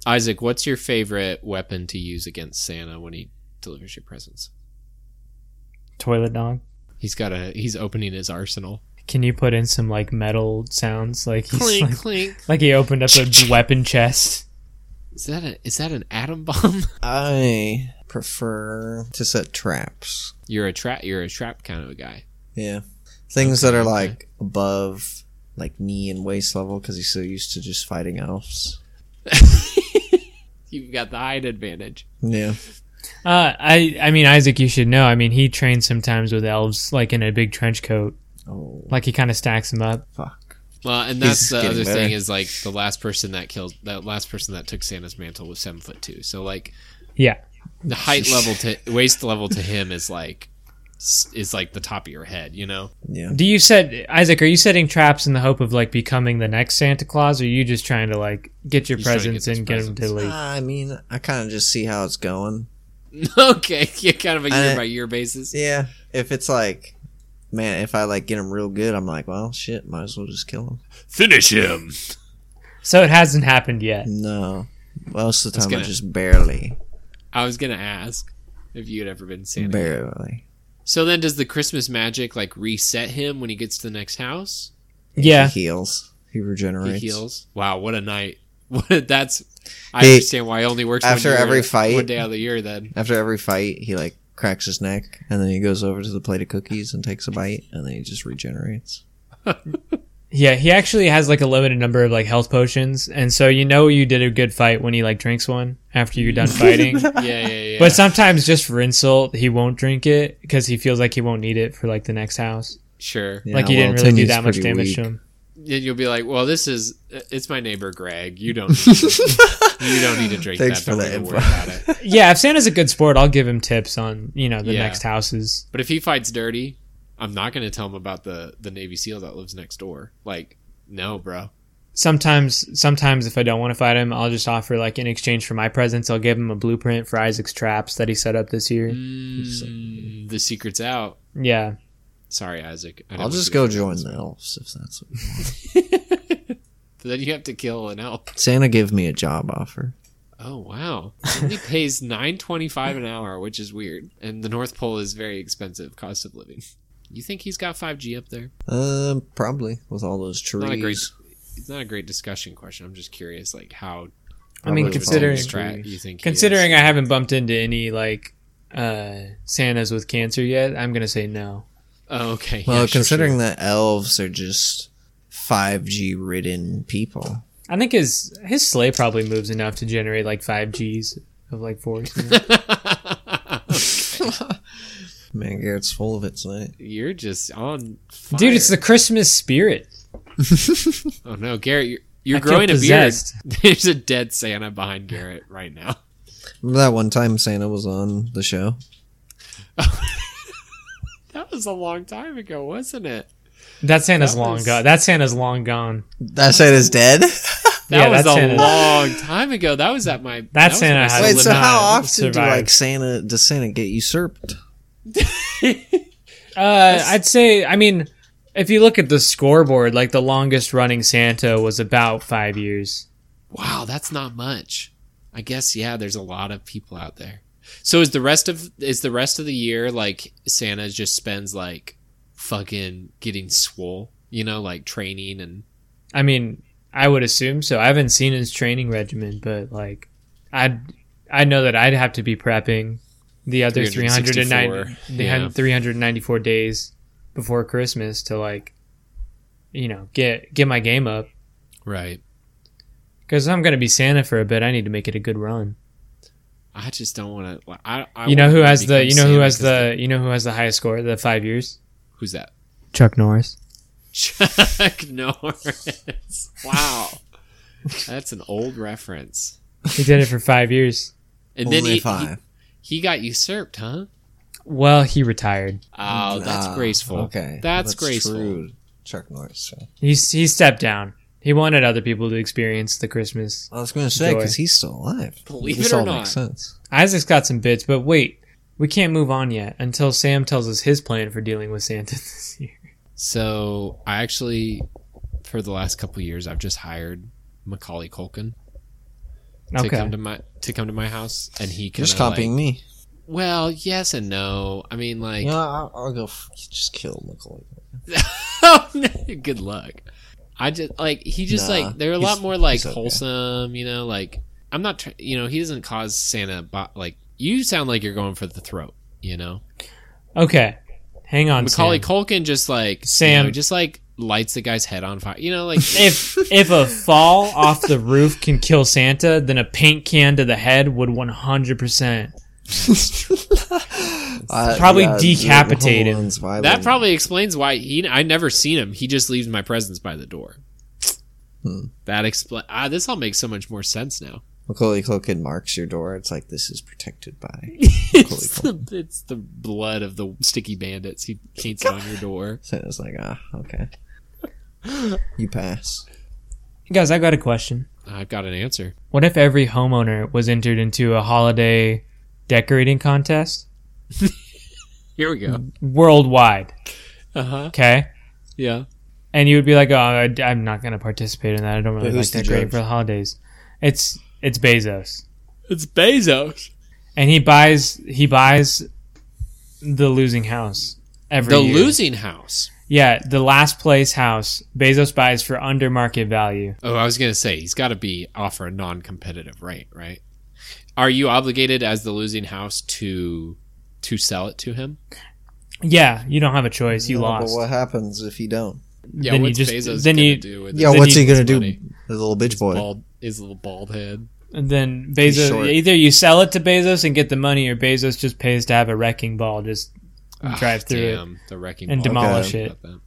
S1: Isaac, what's your favorite weapon to use against Santa when he delivers your presents?
S2: Toilet dog.
S1: He's got a. He's opening his arsenal.
S2: Can you put in some like metal sounds, like he's,
S1: Clink,
S2: like,
S1: clink.
S2: like he opened up a weapon chest?
S1: Is that a? Is that an atom bomb?
S3: I prefer to set traps.
S1: You're a trap. You're a trap kind of a guy.
S3: Yeah. Things that are
S1: okay.
S3: like above like knee and waist level because he's so used to just fighting elves.
S1: You've got the height advantage.
S3: Yeah.
S2: Uh, I I mean Isaac, you should know. I mean he trains sometimes with elves, like in a big trench coat.
S3: Oh
S2: Like he kind of stacks them up.
S3: fuck.
S1: Well, and that's
S3: He's
S1: the
S3: getting
S1: other
S3: better.
S1: thing is like the last person that killed that last person that took Santa's mantle was seven foot two. So like
S2: Yeah,
S1: the height level to waist level to him is like s- is like the top of your head. You know,
S3: Yeah.
S2: Do you set Isaac? Are you setting traps in the hope of like becoming the next Santa Claus, or are you just trying to like get your
S1: Just trying to
S2: presents
S1: get those
S2: and get them to
S1: presents.
S2: leave?
S3: I mean, I kind of just see how it's going.
S1: okay, yeah, kind of a
S3: I-
S1: year by year basis.
S3: Yeah. If it's like, man, if I like get him real good, I'm like, well, shit, might as well just kill him.
S1: Finish him.
S2: So it hasn't happened yet.
S3: No. Most of the
S1: That's
S3: time, I
S1: gonna-
S3: just barely,
S1: I was gonna ask if you had ever been Santa.
S3: barely.
S1: So then, does the Christmas magic like reset him when he gets to the next house?
S2: Yeah,
S3: He heals. He
S1: He
S3: regenerates.
S1: heals. Wow, what a night! What that's. I
S3: He-
S1: understand why it only works one
S3: after
S1: year-
S3: every fight-
S1: one day out of the year. Then
S3: After every fight, he like cracks his neck, and then he goes over to the plate of cookies and takes a bite, and then he just regenerates.
S2: yeah. He actually has like a limited number of like health potions, and so you know you did a good fight when he like drinks one after you're done fighting.
S1: yeah, yeah, yeah.
S2: But sometimes just for insult, he won't drink it because he feels like he won't need it for like the next house.
S1: Sure.
S3: Yeah,
S2: like he didn't
S3: well,
S2: really do
S3: Timmy's
S2: that much
S3: pretty
S2: damage
S3: weak.
S2: to him.
S1: Then you'll be like, "Well, this is uh, it's my neighbor Greg. You don't need to, you don't need to drink
S3: Thanks
S1: that.
S3: for
S1: Don't
S3: the
S1: even
S3: info.
S1: worry about it."
S2: Yeah, if Santa's a good sport, I'll give him tips on you know the
S1: Yeah.
S2: next houses.
S1: But if he fights dirty, I'm not going to tell him about the the Navy SEAL that lives next door. Like, no, bro.
S2: sometimes sometimes if I don't want to fight him, I'll just offer like in exchange for my presence, I'll give him a blueprint for Isaac's traps that he set up this year.
S1: Mm, the secret's out.
S2: Yeah.
S1: Sorry, Isaac. I
S3: I'll
S1: didn't
S3: just
S1: do
S3: go
S1: that.
S3: join the elves if that's what
S1: Then you have to kill an elf.
S3: Santa gave me a job offer.
S1: Oh wow! Only pays nine twenty five an hour, which is weird. And the North Pole is very expensive. Cost of living. You think he's got five G up there?
S3: Um, probably with all those trees.
S1: not a great it's not a great discussion question i'm just curious like how
S2: I mean
S3: Probably
S2: considering
S3: falls
S1: strat you think he
S2: considering
S1: is.
S2: I haven't bumped into any like uh Santas with cancer yet, I'm gonna say no.
S1: oh, okay
S3: Well,
S1: yeah, sure,
S3: considering
S1: sure.
S3: that elves are just 5G ridden people.
S2: I think his his sleigh probably moves enough to generate like five G's of like force.
S3: Man, Garrett's full of it tonight.
S1: you're just on fire.
S2: Dude, it's the Christmas spirit.
S1: oh no garrett you're, you're
S2: I feel
S1: growing a beard
S2: possessed.
S1: there's a dead santa behind garrett right now
S3: Remember that one time Santa was on the show?
S1: that was a long time ago wasn't it
S2: That Santa's
S1: That
S2: long
S1: was-
S2: gone. That Santa's long gone.
S3: That Santa's dead.
S2: Yeah,
S1: That was
S2: that
S1: a
S2: Santa-
S1: long time ago. That was at my.
S2: That
S1: was
S2: Santa
S1: at my
S2: has
S3: Wait,
S1: school
S3: so
S1: time.
S3: how
S2: not
S3: often do
S2: survive.
S3: like Santa does Santa get usurped?
S2: Uh, I'd say, I mean, if you look at the scoreboard, like the longest running Santa was about five years.
S1: Wow, that's not much. I guess yeah, there's a lot of people out there. So is the rest of is the rest of the year like Santa just spends like fucking getting swole, you know, like training and
S2: I mean, I would assume so. I haven't seen his training regimen, but like, I'd I know that I'd have to be prepping the other 394,
S1: 364, yeah.
S2: 394 days before Christmas to like, you know, get get my game up
S1: right.
S2: because I'm gonna be Santa for a bit. I need to make it a good run.
S1: I just don't want to. I, I
S2: you know
S1: wanna
S2: who has the
S1: become
S2: you know who
S1: Santa
S2: has
S1: because
S2: the you know who has the highest score the five years
S1: who's that
S2: Chuck Norris.
S1: Chuck Norris. Wow, that's an old reference.
S2: He did it for five years.
S1: And then
S3: Only
S1: he,
S3: five.
S1: he he got usurped, huh?
S2: Well, he retired.
S1: Oh, that's
S3: Ah,
S1: graceful.
S3: Okay,
S1: that's, graceful.
S3: true. Chuck Norris. so.
S2: He he stepped down. He wanted other people to experience the Christmas
S3: I was going to say
S2: Joy.
S3: because he's still alive.
S1: Believe
S3: this
S1: it or
S3: all
S1: not.
S3: makes sense.
S2: Isaac's got some bits, but wait, we can't move on yet until Sam tells us his plan for dealing with Santa this year.
S1: So I actually, for the last couple of years, I've just hired Macaulay Culkin to come
S2: Okay.
S1: to my to come to my house, and he
S3: You're
S1: can
S3: just copying me.
S1: well, yes and no. I mean, like,
S3: Yeah, I'll, I'll go f- just kill Nicole.
S1: Oh, good luck. I just like he just
S3: Nah,
S1: like they're a
S3: he's-
S1: lot more like
S3: he's okay.
S1: wholesome, you know. Like I'm not, tr- you know, he doesn't cause Santa. Bo- like you sound like you're going for the throat, you know.
S2: Okay. Hang on,
S1: Macaulay
S2: Sam.
S1: Culkin just like you
S2: Sam.
S1: know, just like lights the guy's head on fire, you know. Like
S2: if if a fall off the roof can kill Santa, then a paint can to the head would 100%.
S3: Uh,
S2: Probably
S3: yeah,
S2: decapitate
S3: Home
S2: him.
S3: Alone's violent.
S1: That probably explains why he. I never seen him. He just leaves my presence by the door.
S3: Hmm.
S1: That explain. Ah, this all makes so much more sense now.
S3: Macaulay Culkin marks your door. It's like this is protected by.
S1: it's, the, it's the blood of the sticky bandits. He paints it on your door.
S3: So it's like ah okay. You pass.
S2: Guys, I got a question.
S1: I've got an answer.
S2: What if every homeowner was entered into a holiday decorating contest
S1: Here we
S2: Hmm.
S1: go.
S2: worldwide?
S1: Uh huh.
S2: Okay.
S1: Yeah.
S2: and you would be like, "Oh, I, am not going to participate in that. I don't really
S3: But
S2: like
S3: who's
S2: that
S3: the
S2: great
S3: judge?
S2: for the holidays." It's it's Bezos,
S1: It's Bezos.
S2: and he buys he buys the losing house every
S1: The
S2: year.
S1: losing house.
S2: yeah the last place house Bezos buys for under market value.
S1: Oh, I was gonna say he's got to be offer a non-competitive rate, right? Are you obligated as the losing house to to sell it to him?
S2: Yeah, you don't have a choice. You
S3: No,
S2: lost.
S3: But what happens if you don't?
S1: Yeah.
S2: Then you
S1: what's
S2: just-
S1: Bezos
S2: then
S1: gonna
S2: you-
S1: do? With
S3: Yeah,
S1: his-
S3: what's
S2: he-
S3: he gonna
S1: money.
S3: do? The little bitch boy.
S1: bald his little bald head.
S2: And then
S3: He's
S2: Bezos
S3: short.
S2: either you sell it to Bezos and get the money, or Bezos just pays to have a wrecking ball. Just
S1: Ah,
S2: drive through it.
S1: damn, the wrecking
S2: and
S1: ball.
S2: demolish
S1: Okay.
S2: it.
S1: About that.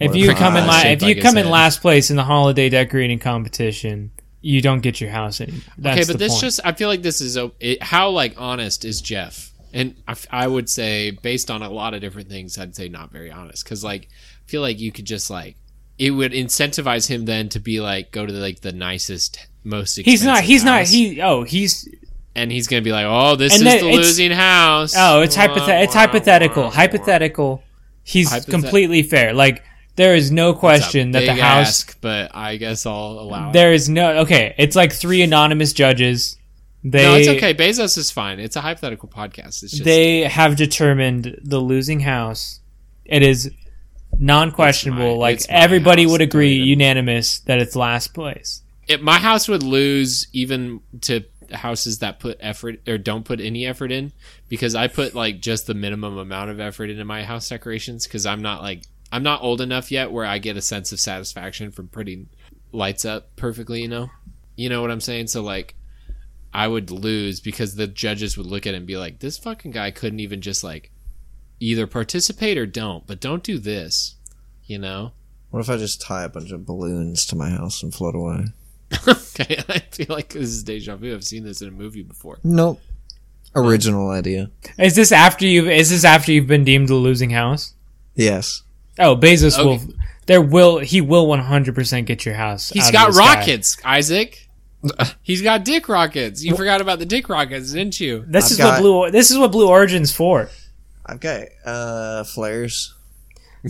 S2: If
S3: What
S2: you
S3: if
S2: come in
S3: I
S2: la-
S1: shaped
S2: if
S1: like
S2: you
S1: his
S2: come in
S1: head?
S2: last place in the holiday decorating competition, you don't get your house in. That's
S1: Okay, but
S2: the
S1: this
S2: point.
S1: just I feel like this is a, it, how like honest is Jeff? And I, f- I would say based on a lot of different things, I'd say not very honest because like I feel like you could just like it would incentivize him then to be like go to like the nicest most expensive
S2: he's not he's not
S1: house,
S2: he oh he's
S1: and he's gonna be like oh this
S2: And
S1: is
S2: then
S1: the
S2: it's-
S1: losing house
S2: oh it's hypothet it's
S1: Wah, wah,
S2: hypothetical
S1: wah, wah.
S2: hypothetical he's
S1: Hypothet-
S2: completely fair like there is no
S1: It's a
S2: question that the
S1: big
S2: house
S1: ask, but I guess I'll allow it.
S2: there is no okay it's like three anonymous judges they
S1: no, it's okay. Bezos is fine. It's a hypothetical podcast. It's just
S2: they have determined the losing house it is non-questionable
S1: It's my-
S2: like
S1: it's my
S2: everybody
S1: house,
S2: would agree
S1: David.
S2: unanimous that it's last place
S1: it, my house would lose even to houses that put effort or don't put any effort in because I put like just the minimum amount of effort into my house decorations because I'm not like I'm not old enough yet where I get a sense of satisfaction from putting lights up perfectly, you know? You know what I'm saying? So like I would lose because the judges would look at it and be like, This fucking guy couldn't even just like either participate or don't, but don't do this. You know?
S3: What if I just tie a bunch of balloons to my house and float away?
S1: okay. I feel like this is deja vu. I've seen this in a movie before.
S3: Nope. Original idea.
S2: Is this after you've is this after you've been deemed the losing house?
S3: Yes.
S2: Oh, Bezos
S1: Okay.
S2: will. There will he will one hundred percent get your house.
S1: He's
S2: out of
S1: got
S2: the sky.
S1: rockets, Isaac. He's got dick rockets. You forgot about the dick rockets, didn't you?
S2: This
S3: I've
S2: is
S3: got-
S2: what blue. This is what Blue Origin's for.
S3: I've got uh flares.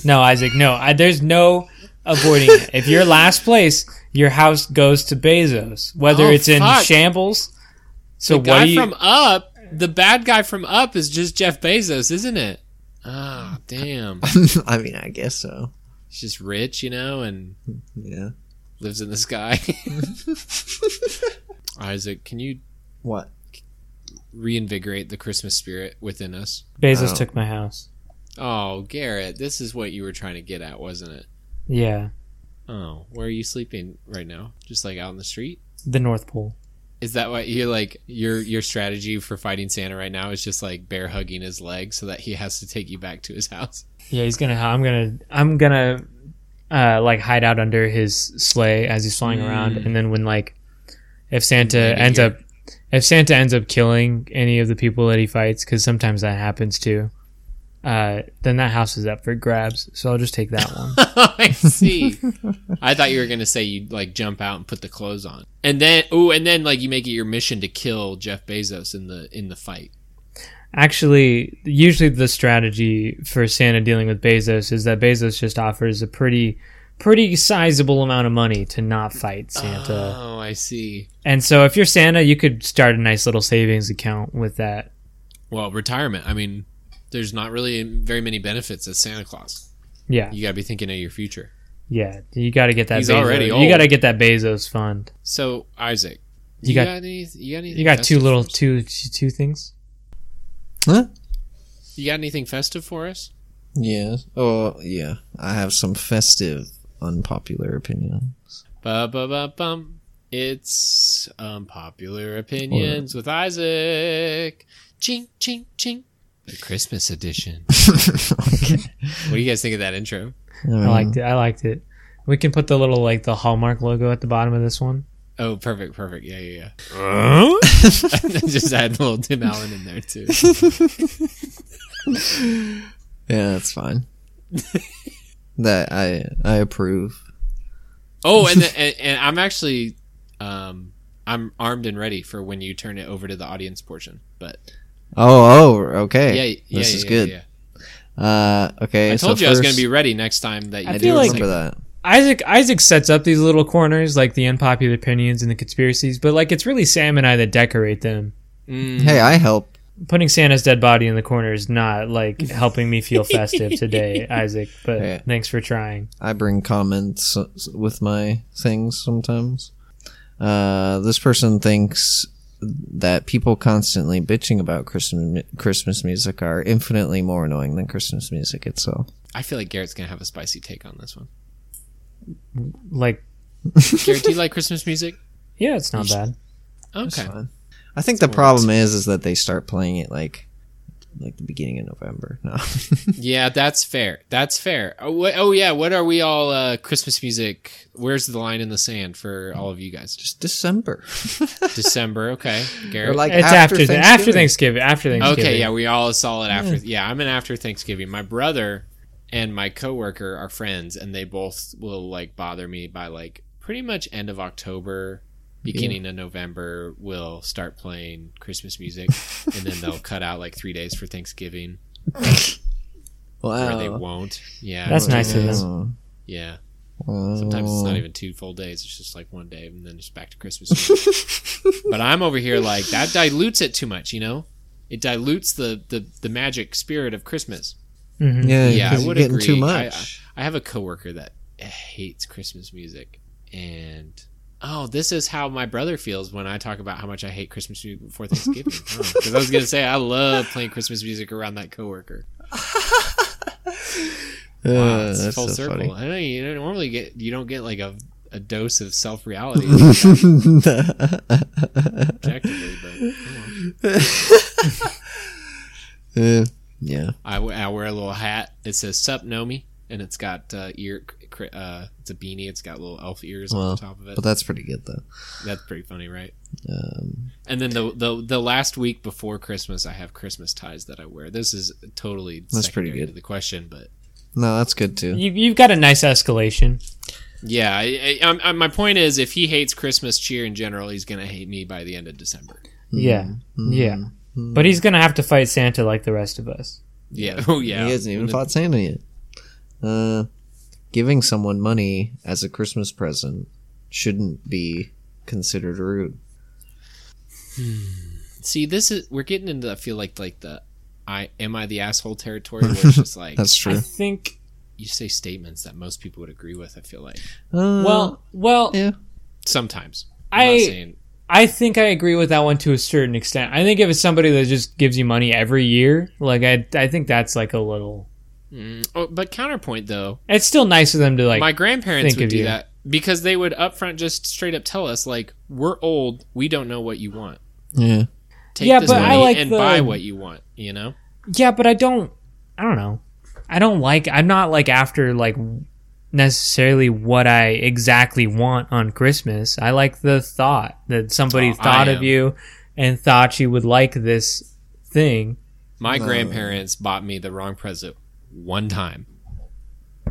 S2: No, Isaac. No, I, there's no avoiding it. If you're last place, your house goes to Bezos, whether
S1: Oh,
S2: it's in
S1: fuck.
S2: shambles. So
S1: The
S2: what
S1: guy
S2: do you?
S1: from Up, the bad guy from Up, is just Jeff Bezos, isn't it? Ah, damn.
S3: I mean, I guess so.
S1: He's just rich, you know, and
S3: Yeah.
S1: lives in the sky. Isaac, can you
S3: What?
S1: reinvigorate the Christmas spirit within us?
S2: Bezos
S3: Oh.
S2: took my house.
S1: Oh, Garrett, this is what you were trying to get at, wasn't it?
S2: Yeah,
S1: Oh, where are you sleeping right now? Just like out in the street?
S2: the North Pole.
S1: Is that why you're like your your strategy for fighting Santa right now is just like bear hugging his leg so that he has to take you back to his house?
S2: Yeah, he's gonna. I'm gonna. I'm gonna. Uh, like hide out under his sleigh as he's flying around,
S1: Mm.
S2: and then when like, if Santa
S1: Maybe
S2: ends
S1: you're-
S2: up, if Santa ends up killing any of the people that he fights, because sometimes that happens too, uh, then that house is up for grabs. So I'll just take that one.
S1: I see. I thought you were gonna say you like jump out and put the clothes on, and then oh, and then like you make it your mission to kill Jeff Bezos in the in the fight.
S2: Actually, usually the strategy for Santa dealing with Bezos is that Bezos just offers a pretty, pretty sizable amount of money to not fight Santa.
S1: Oh, I see.
S2: And so, if you're Santa, you could start a nice little savings account with that.
S1: Well, retirement. I mean, there's not really very many benefits as Santa Claus.
S2: Yeah,
S1: You gotta be thinking of your future.
S2: yeah. You got to get that.
S1: He's
S2: Bezos.
S1: already
S2: You
S1: old.
S2: got to get that Bezos fund.
S1: So Isaac,
S2: You
S1: you,
S2: got-
S1: got, any? You got anything?
S2: You got two
S1: festive
S2: little
S1: for us?
S2: two two things.
S3: Huh?
S1: You got anything festive for us?
S3: Yeah. Oh, yeah. I have some festive, unpopular opinion.
S1: Ba ba ba bum. It's unpopular opinions with Isaac. Ching ching ching. The Christmas edition. What do you guys think of that intro?
S3: Uh-huh.
S2: I liked it. I liked it. We can put the little like the Hallmark logo at the bottom of this one.
S1: Oh, perfect, perfect. Yeah, yeah, yeah. Just add a little Tim Allen in there too.
S3: Yeah, that's fine. that I I approve.
S1: Oh, and, the, and and I'm actually, um, I'm armed and ready for when you turn it over to the audience portion. But
S3: Oh, oh, okay.
S1: yeah, yeah,
S3: this
S1: yeah,
S3: is
S1: yeah,
S3: good.
S1: yeah.
S3: Uh, okay.
S1: I
S3: so
S1: told you I was going
S3: first-
S1: to be ready next time that you
S3: I,
S1: do
S2: I
S3: do
S2: feel like-
S3: remember that.
S2: Isaac Isaac sets up these little corners like the unpopular opinions and the conspiracies, but like it's really Sam and I that decorate them.
S1: Mm.
S3: Hey, I help.
S2: Putting Santa's dead body in the corner is not like helping me feel festive today, Isaac. But
S3: Yeah.
S2: thanks for trying.
S3: I bring comments with my things sometimes. Uh, this person thinks that people constantly bitching about Christmas Christmas music are infinitely more annoying than Christmas music itself.
S1: I feel like Garrett's going to have a spicy take on this one.
S2: Like,
S1: Garrett, do you like Christmas music?
S2: yeah, it's not bad.
S3: It's
S1: Okay.
S3: fine. I think the problem is is that they start playing it like like the beginning of November. No.
S1: Yeah, that's fair. That's fair. Oh, wha- oh yeah. What are we all uh, Christmas music? Where's the line in the sand for all of you guys? Just
S3: Just December.
S1: December. Okay.
S3: or
S1: Garrett.
S3: like
S2: it's after after Thanksgiving. after
S3: Thanksgiving.
S2: Thanksgiving. After Thanksgiving.
S1: okay. Yeah. We all saw it after. Yeah. I'm an after Thanksgiving. My brother and my coworker are friends and they both will like bother me by like pretty much end of October, beginning of November will start playing Christmas music and then they'll cut out like three days for Thanksgiving. or they
S3: Wow.
S1: won't. Yeah,
S2: Oh. That's nice of them.
S3: Oh.
S1: Yeah,
S3: Wow.
S1: sometimes it's
S3: Oh.
S1: not even two full days; it's just like one day, and then it's back to Christmas. but I'm over here like that dilutes it too much, you know. It dilutes the the, the magic spirit of Christmas.
S2: Mhm.
S3: Yeah,
S1: Yeah, I
S3: yeah you're
S1: would
S3: getting too
S1: agree. I-
S3: much.
S1: I have a coworker that hates Christmas music, and oh, this is how my brother feels when I talk about how much I hate Christmas music before Thanksgiving. Because I was gonna say I love playing Christmas music around that coworker. Wow,
S3: Uh,
S1: it's
S3: that's
S1: full
S3: so
S1: circle.
S3: funny.
S1: I know you don't normally get you don't get like a, a dose of self reality objectively, but oh,
S3: Uh, yeah.
S1: I, w- I wear a little hat. It says "Sup Nomi," and it's got uh, ear. cr- Uh, it's a beanie. It's got little elf ears on
S3: Well,
S1: the top of it.
S3: But that's pretty good though.
S1: That's pretty funny, right?
S3: Um,
S1: And then the, the the last week before Christmas, I have Christmas ties that I wear. This is totally
S3: That's pretty
S1: secondary
S3: good.
S1: to the question, but
S3: No, that's good too.
S2: You, you've got a nice escalation.
S1: Yeah, I, I, I, my point is, if he hates Christmas cheer in general, he's gonna hate me by the end of December.
S2: Yeah. Yeah. But he's going to have to fight Santa like the rest of us.
S1: Yeah, oh yeah.
S3: He hasn't even fought Santa yet. Uh, giving someone money as a Christmas present shouldn't be considered rude.
S1: See, this is we're getting into. I feel like like the I am I the asshole territory where it's just like
S3: That's
S2: I
S3: true.
S2: think.
S1: you say statements that most people would agree with. I feel like
S3: Uh,
S2: Well, well,
S3: yeah.
S1: sometimes I'm not
S2: I
S1: saying-
S2: I think I agree with that one to a certain extent. I think if it's somebody that just gives you money every year, like I I think that's like a little.
S1: Mm, oh, but counterpoint though,
S2: It's still nice of them to like.
S1: my grandparents
S2: think
S1: would
S2: of
S1: do
S2: you.
S1: that because they would upfront just straight up tell us like we're old, we don't know what you want.
S3: Yeah.
S1: Take
S2: Yeah,
S1: this
S2: but I
S1: money
S2: like
S1: and
S2: the-
S1: buy what you want. You know,
S2: yeah, but I don't. I don't know. I don't like. I'm not like after like necessarily what I exactly want on Christmas. I like the thought that somebody
S1: Oh, I
S2: thought of
S1: am.
S2: you and thought you would like this thing.
S1: my grandparents bought me the wrong present one time,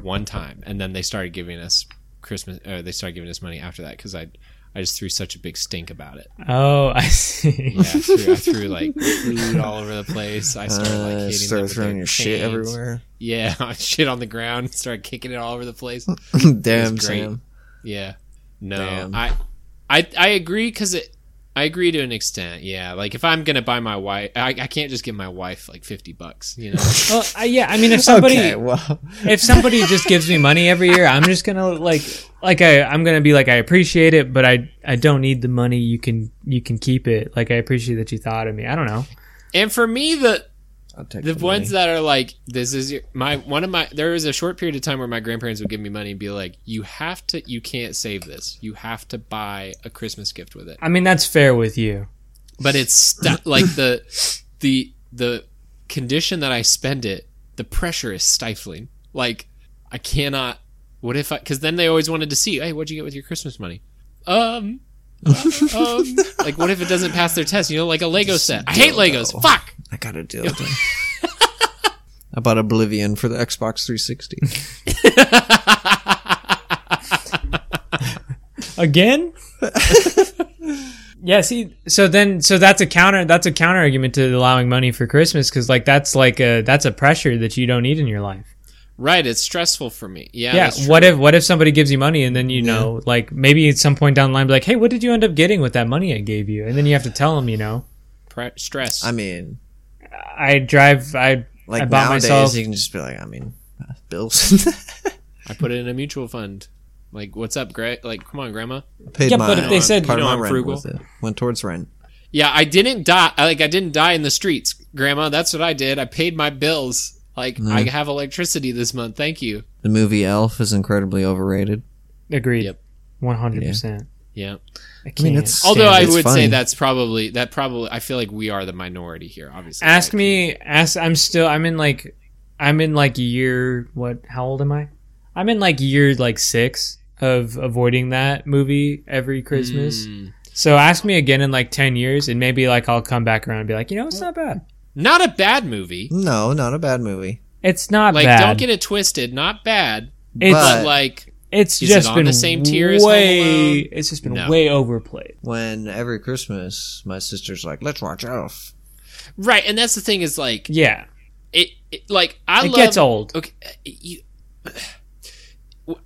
S1: one time, and then they started giving us Christmas. Or they started giving us money after that because I. I just threw such a big stink about it.
S2: Oh, I see.
S1: Yeah, I threw, I threw like food all over the place. I started like
S3: Uh,
S1: hitting them
S3: start
S1: with
S3: throwing
S1: their
S3: your shit
S1: chains.
S3: everywhere.
S1: Yeah, I shit on the ground, started kicking it all over the place.
S3: Damn,
S1: great.
S3: Sam.
S1: Yeah, no,
S3: Damn.
S1: I, I, I agree because it. I agree to an extent. Yeah, like if I'm gonna buy my wife, I, I can't just give my wife like fifty bucks. You know,
S2: Well, I, yeah, I mean, if somebody
S3: okay, well,
S2: if somebody just gives me money every year, I'm just gonna like like I I'm gonna be like I appreciate it, but I I don't need the money. You can you can keep it. Like I appreciate that you thought of me. I don't know.
S1: and for me the
S3: I'll take
S1: the
S3: the
S1: ones
S3: money.
S1: that are like this is your my one of my there was a short period of time where my grandparents would give me money and be like you have to you can't save this you have to buy a Christmas gift with it.
S2: I mean, that's fair with you.
S1: but it's st- like the the the condition that I spend it, the pressure is stifling. Like I cannot. What if I? Because then they always wanted to see, hey, what'd you get with your Christmas money? Um, uh, um, like what if it doesn't pass their test? You know, like a Lego set. I hate Legos.
S3: dildo.
S1: Fuck.
S3: I got a deal. done. I bought Oblivion for the Xbox 360.
S2: Again? yeah, see so then so that's a counter that's a counter argument to allowing money for Christmas cuz like that's like a that's a pressure that you don't need in your life.
S1: Right. It's stressful for me. Yeah.
S2: Yeah,
S1: that's true.
S2: what if what if somebody gives you money and then you know like maybe at some point down the line be like, "Hey, what did you end up getting with that money I gave you?" And then you have to tell them, you know.
S1: Pre- stress.
S3: I mean,
S2: I drive I
S3: like
S2: I bought
S3: nowadays
S2: myself
S3: you can just be like, I mean, uh, bills.
S1: I put it in a mutual fund. Like, what's up, Greg? Like, come on, Grandma.
S3: paid
S2: Yeah,
S3: my,
S2: but if they said,
S3: part
S1: you know,
S3: of
S1: I'm
S3: my rent
S1: frugal.
S3: with it. Went towards rent.
S1: Yeah, I didn't die. I- Like I didn't die in the streets, Grandma. That's what I did. I paid my bills. Like I have electricity this month. Thank you.
S3: The movie Elf is incredibly overrated.
S2: agreed.
S1: Yep.
S2: 100%.
S1: Yeah.
S3: I mean, it's
S1: Although I
S3: it's
S1: would
S3: funny.
S1: say that's probably that probably I feel like we are the minority here. Obviously.
S2: ask
S1: Like,
S2: me ask i'm still i'm in like i'm in like year what how old am i i'm in like year like six of avoiding that movie every christmas
S1: mm,
S2: so ask me again in like 10 years and maybe like i'll come back around and be like you know it's not bad
S1: Not a bad movie.
S3: No, not a bad movie.
S2: it's not
S1: Like
S2: bad
S1: don't get it twisted. Not bad.
S2: it's,
S1: But
S3: But-
S1: like
S2: it's
S1: is
S2: just
S1: it on
S2: been
S1: the same tier as Home
S2: way
S1: Alone?
S2: it's just been
S1: No.
S2: way overplayed
S3: When every Christmas, my sister's like, "Let's watch Elf."
S1: right, and that's the thing is like
S2: yeah
S1: it, it like I
S2: it
S1: love
S2: gets old
S1: okay uh, you,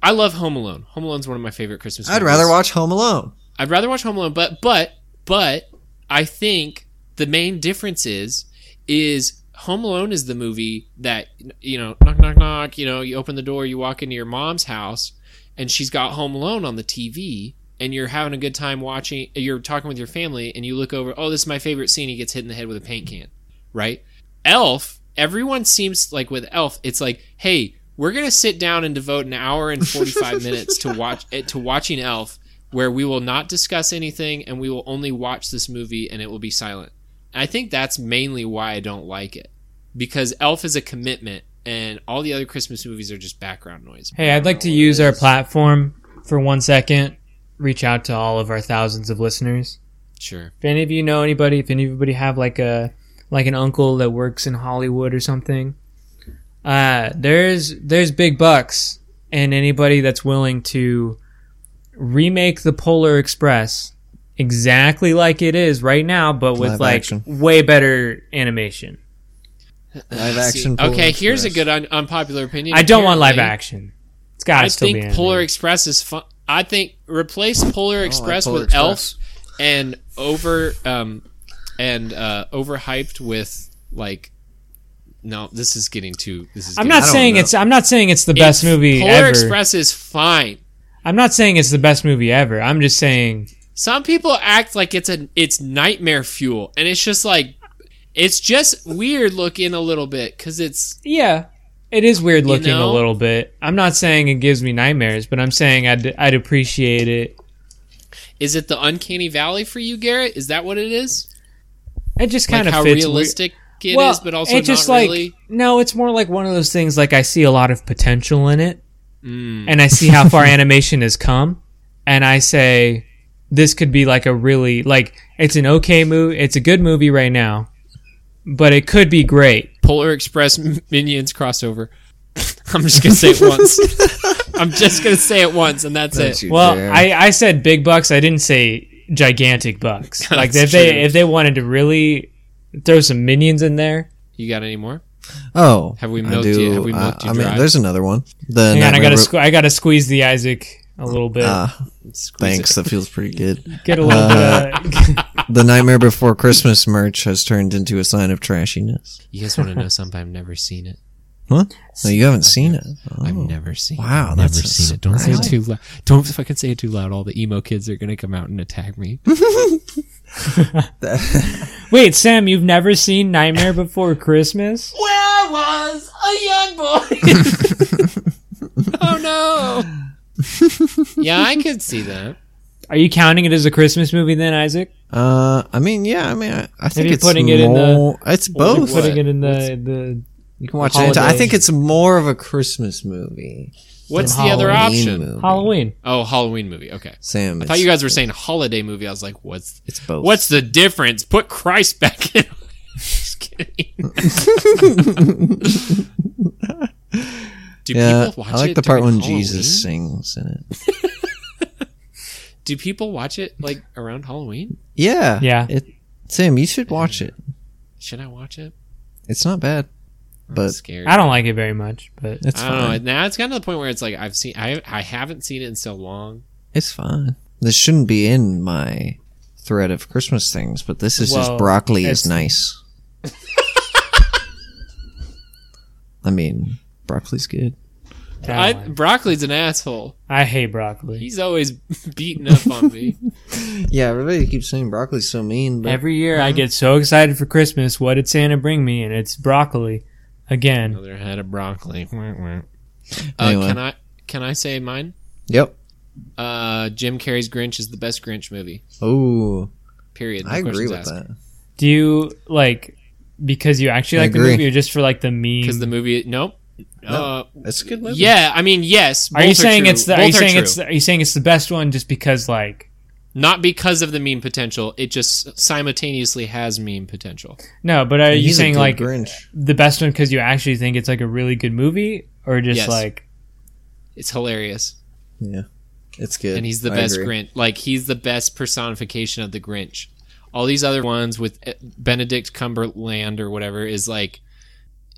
S1: I love Home Alone. Home Alone's one of my favorite Christmas
S3: I'd
S1: movies.
S3: rather watch Home Alone.
S1: I'd rather watch Home Alone, but but but I think the main difference is is Home Alone is the movie that you know knock knock knock you know you open the door you walk into your mom's house and she's got Home Alone on the TV and you're having a good time watching you're talking with your family and you look over oh this is my favorite scene he gets hit in the head with a paint can right Elf, everyone seems like with Elf, it's like, hey, we're gonna sit down and devote an hour and forty five minutes to watch eh, to watching Elf, where we will not discuss anything and we will only watch this movie and it will be silent. And I think that's mainly why I don't like it because Elf is a commitment, and all the other Christmas movies are just background noise.
S2: Hey, I'd like to use our platform for one second. Reach out to all of our thousands of listeners.
S1: Sure,
S2: If any of you know anybody, if anybody have like a like an uncle that works in Hollywood or something, uh, there's there's big bucks and anybody that's willing to remake the Polar Express exactly like it is right now, but with
S3: Live
S2: like
S3: action.
S2: way better animation.
S3: Live action. Polar
S1: okay, here's a
S3: Express.
S1: good un- unpopular opinion.
S2: I don't want live
S1: Apparently,
S2: action. It's gotta
S1: I
S2: still be
S1: think
S2: animated.
S1: Polar Express is fun. I think replace Polar Express
S3: Polar
S1: with
S3: Express.
S1: Elf and over um and uh overhyped with like no, this is getting too this is
S2: I'm
S1: getting-
S2: not
S3: I don't
S2: saying
S3: know.
S2: it's I'm not saying it's the best
S1: It's-
S2: movie
S1: Polar
S2: ever.
S1: Express is fine.
S2: I'm not saying it's the best movie ever. I'm just saying
S1: Some people act like it's a it's nightmare fuel and it's just like it's just weird looking a little bit cuz it's
S2: Yeah, it is weird looking
S1: know?
S2: a little bit. I'm not saying it gives me nightmares, but I'm saying I'd I'd appreciate it.
S1: is it the uncanny valley for you Garrett? Is that what it is?
S2: It just
S1: Like
S2: kind of
S1: how
S2: fits
S1: realistic it is,
S2: weird. Well,
S1: but also
S2: it just
S1: not
S2: like
S1: really.
S2: no, it's more like one of those things. Like I see a lot of potential in it,
S1: Mm.
S2: and I see how far animation has come, and I say this could be like a really like it's an okay movie. It's a good movie right now, but it could be great.
S1: Polar Express Minions crossover. I'm just gonna say it once. I'm just gonna say it once, and that's
S3: Don't
S1: it.
S3: you
S2: Well,
S3: dare.
S2: I, I said big bucks. I didn't say gigantic bucks. like if
S1: That's true.
S2: they if they wanted to really throw some minions in there,
S1: You got any more?
S3: oh,
S1: Have we
S3: I
S1: milked
S3: do-
S1: you- have we milked
S3: I-
S1: you
S3: I mean,
S1: dry?
S3: there's another one. The
S2: hang on, I
S3: Nightmare
S2: gotta
S3: Re-
S2: sque- I gotta squeeze the Isaac a little bit.
S3: Ah,
S1: Squeeze
S3: thanks.
S1: it.
S3: That feels pretty good.
S2: Get a little bit. Of,
S3: The Nightmare Before Christmas merch has turned into a sign of trashiness.
S1: You guys want to know something? I've never seen it.
S3: What? No, you haven't seen it.
S1: I've
S3: Oh.
S1: never seen.
S3: Wow,
S1: it. I've never
S3: that's a
S1: seen it. Don't say it
S3: surprise.
S1: too loud. Don't fucking say it too loud. All the emo kids are gonna come out and attack me.
S2: wait, Sam, you've never seen Nightmare Before Christmas?
S1: Where was a young boy? oh no. yeah, I could see that.
S2: Are you counting it as a Christmas movie then, Isaac?
S3: Uh, I mean, yeah. I mean, I, I think
S2: Maybe
S3: it's
S2: putting it in the-
S3: more, It's both.
S1: What?
S2: Putting it in the the
S3: Oh, You can watch it. anytime. I think it's more of a Christmas movie.
S1: What's the
S2: Some
S1: other
S3: Halloween
S1: option?
S3: movie.
S2: Halloween.
S1: Oh, Halloween movie. Okay.
S3: Sam,
S1: I thought you guys were saying holiday movie. I was like, what's
S3: it's both.
S1: What's the difference? Put Christ back in. Just kidding. Do
S3: yeah?
S1: people watch
S3: I like
S1: it
S3: the part
S1: during
S3: when
S1: Halloween?
S3: Jesus sings in it.
S1: Do people watch it like around Halloween?
S3: Yeah,
S2: Yeah.
S3: It, Sam, you should watch it.
S1: Should I watch it?
S3: It's not bad,
S1: I'm
S3: but
S1: scared.
S2: I don't like it very much, but
S3: it's
S1: I don't know.
S3: fine.
S1: Now it's gotten to the point where it's like I've seen I I haven't seen it in so long.
S3: It's fine. This shouldn't be in my thread of Christmas things, but this is
S2: Well,
S3: just broccoli
S2: it's-
S3: is nice. I mean, broccoli's good.
S2: I, don't
S1: I,
S2: like it.
S1: broccoli's an asshole.
S2: I hate broccoli.
S1: He's always beating up on me.
S3: Yeah, everybody keeps saying broccoli's so mean, but
S2: Every year I get so excited for Christmas. What did Santa bring me? And it's broccoli. Again,
S1: Another head of broccoli. Uh,
S3: Anyway.
S1: Can I can I say mine?
S3: yep.
S1: Uh, Jim Carrey's Grinch is the best Grinch movie.
S3: Oh,
S1: Period. No
S3: I agree
S1: questions
S3: with
S1: asked.
S3: that.
S2: do you like because you actually
S3: I
S2: like the
S3: agree.
S2: movie or just for like the meme?
S1: because the movie. Nope. Uh,
S3: That's a good movie.
S1: yeah, I mean, yes.
S2: are
S1: both
S2: you saying
S1: true.
S2: it's the are
S1: Both
S2: you saying
S1: true.
S2: it's the, are you saying it's the best one just because like
S1: not because of the meme potential? It just simultaneously has meme potential.
S2: no, but are you
S3: He's a
S2: saying
S3: good
S2: like
S3: Grinch?
S2: the best one because you actually think it's like a really good movie or just
S1: Yes.
S2: like
S1: It's hilarious,
S3: Yeah, it's good.
S1: and he's the
S3: I
S1: best
S3: agree.
S1: Grinch. Like he's the best personification of the Grinch. All these other ones with eh, Benedict Cumberland or whatever is like,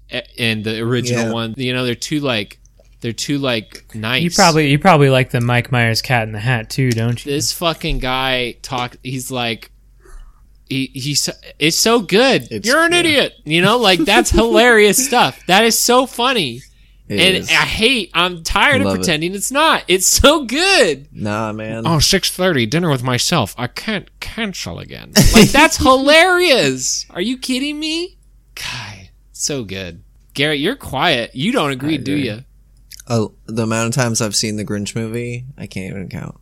S1: eh, and the original
S3: Yeah.
S1: one. You know, they're too like, they're too like nice.
S2: you probably you probably like the Mike Myers Cat in the Hat too, don't you?
S1: this fucking guy talk he's like he, he's it's so good
S3: It's-
S1: you're an
S3: yeah.
S1: idiot you know like that's hilarious stuff that is so funny
S3: It
S1: and
S3: is.
S1: i hate i'm tired of
S3: Love it.
S1: pretending it's not it's so good
S3: nah, man.
S1: oh 6.30 dinner with myself i can't cancel again like that's hilarious are you kidding me god so good garrett you're quiet you don't agree, do
S3: agree.
S1: you
S3: Oh, the amount of times I've seen the Grinch movie, I can't even count.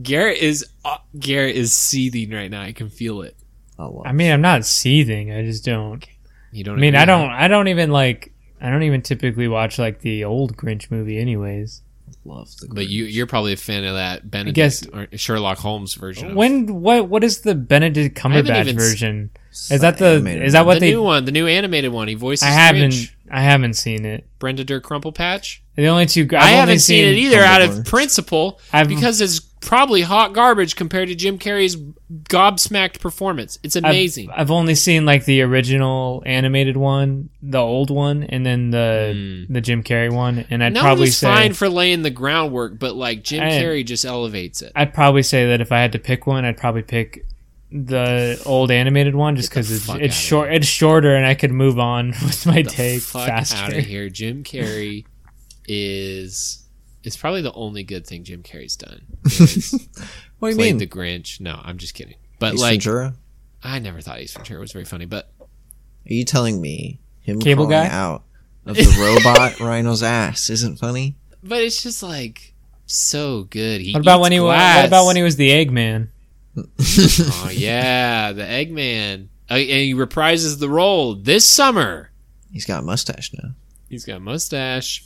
S1: garrett is uh, garrett is seething right now i can feel it
S3: A lot.
S2: I mean, I'm not seething. I just don't.
S1: you don't
S2: I mean,
S1: agree,
S2: I
S1: huh?
S2: don't. I don't even like. I don't even typically watch like the old Grinch movie, anyways.
S3: love the Grinch.
S1: But you you're probably a fan of that Benedict
S2: guess-
S1: or Sherlock Holmes version. Of,
S2: When what what is the Benedict
S1: haven't
S2: Cumberbatch
S1: even s-
S2: version?
S3: It's
S2: Is that
S3: not
S2: the
S3: animated.
S2: is that what
S1: the
S2: they?
S1: new one, the new animated one, he voices.
S2: I haven't
S1: Grinch.
S2: I haven't seen it.
S1: Brenda Dirk Crumple Patch.
S2: The only two. I've
S1: I
S2: only
S1: haven't seen it either out of
S3: Crumpleborns.
S1: principle
S2: I've-
S1: because it's probably hot garbage compared to Jim Carrey's gobsmacked performance. It's
S2: I've-
S1: amazing.
S2: I've, only seen like the original animated one, the old one, and then the the Jim Carrey one. And I'd
S1: no,
S2: probably
S1: he's
S2: say
S1: Hmm. fine for laying the groundwork, but like Jim
S2: I-
S1: Carrey just elevates it.
S2: I'd probably say that if I had to pick one, I'd probably pick the old animated one just
S1: Get the
S2: because it's
S1: fuck
S2: it's
S1: outta
S2: short, it's shorter, and I could move on with my
S1: the
S2: take
S1: fuck out
S2: faster.
S1: of here. Jim Carrey is is probably the only good thing Jim Carrey's done. Is
S3: What do you
S1: played
S3: mean?
S1: the Grinch. No, I'm just kidding. But
S3: Ace
S1: like,
S3: Ventura? Are
S1: I never thought Ace Ventura was very funny, but
S3: you telling me him
S2: Cable
S3: crawling
S2: guy?
S3: out of the robot rhino's ass isn't funny?
S1: but it's just like so good. He
S2: What about
S1: eats
S2: when he was?
S1: glass.
S2: What about when he was the Eggman?
S1: oh yeah, the Eggman, Oh, and he reprises the role this summer.
S3: He's got a mustache now.
S1: He's got a mustache.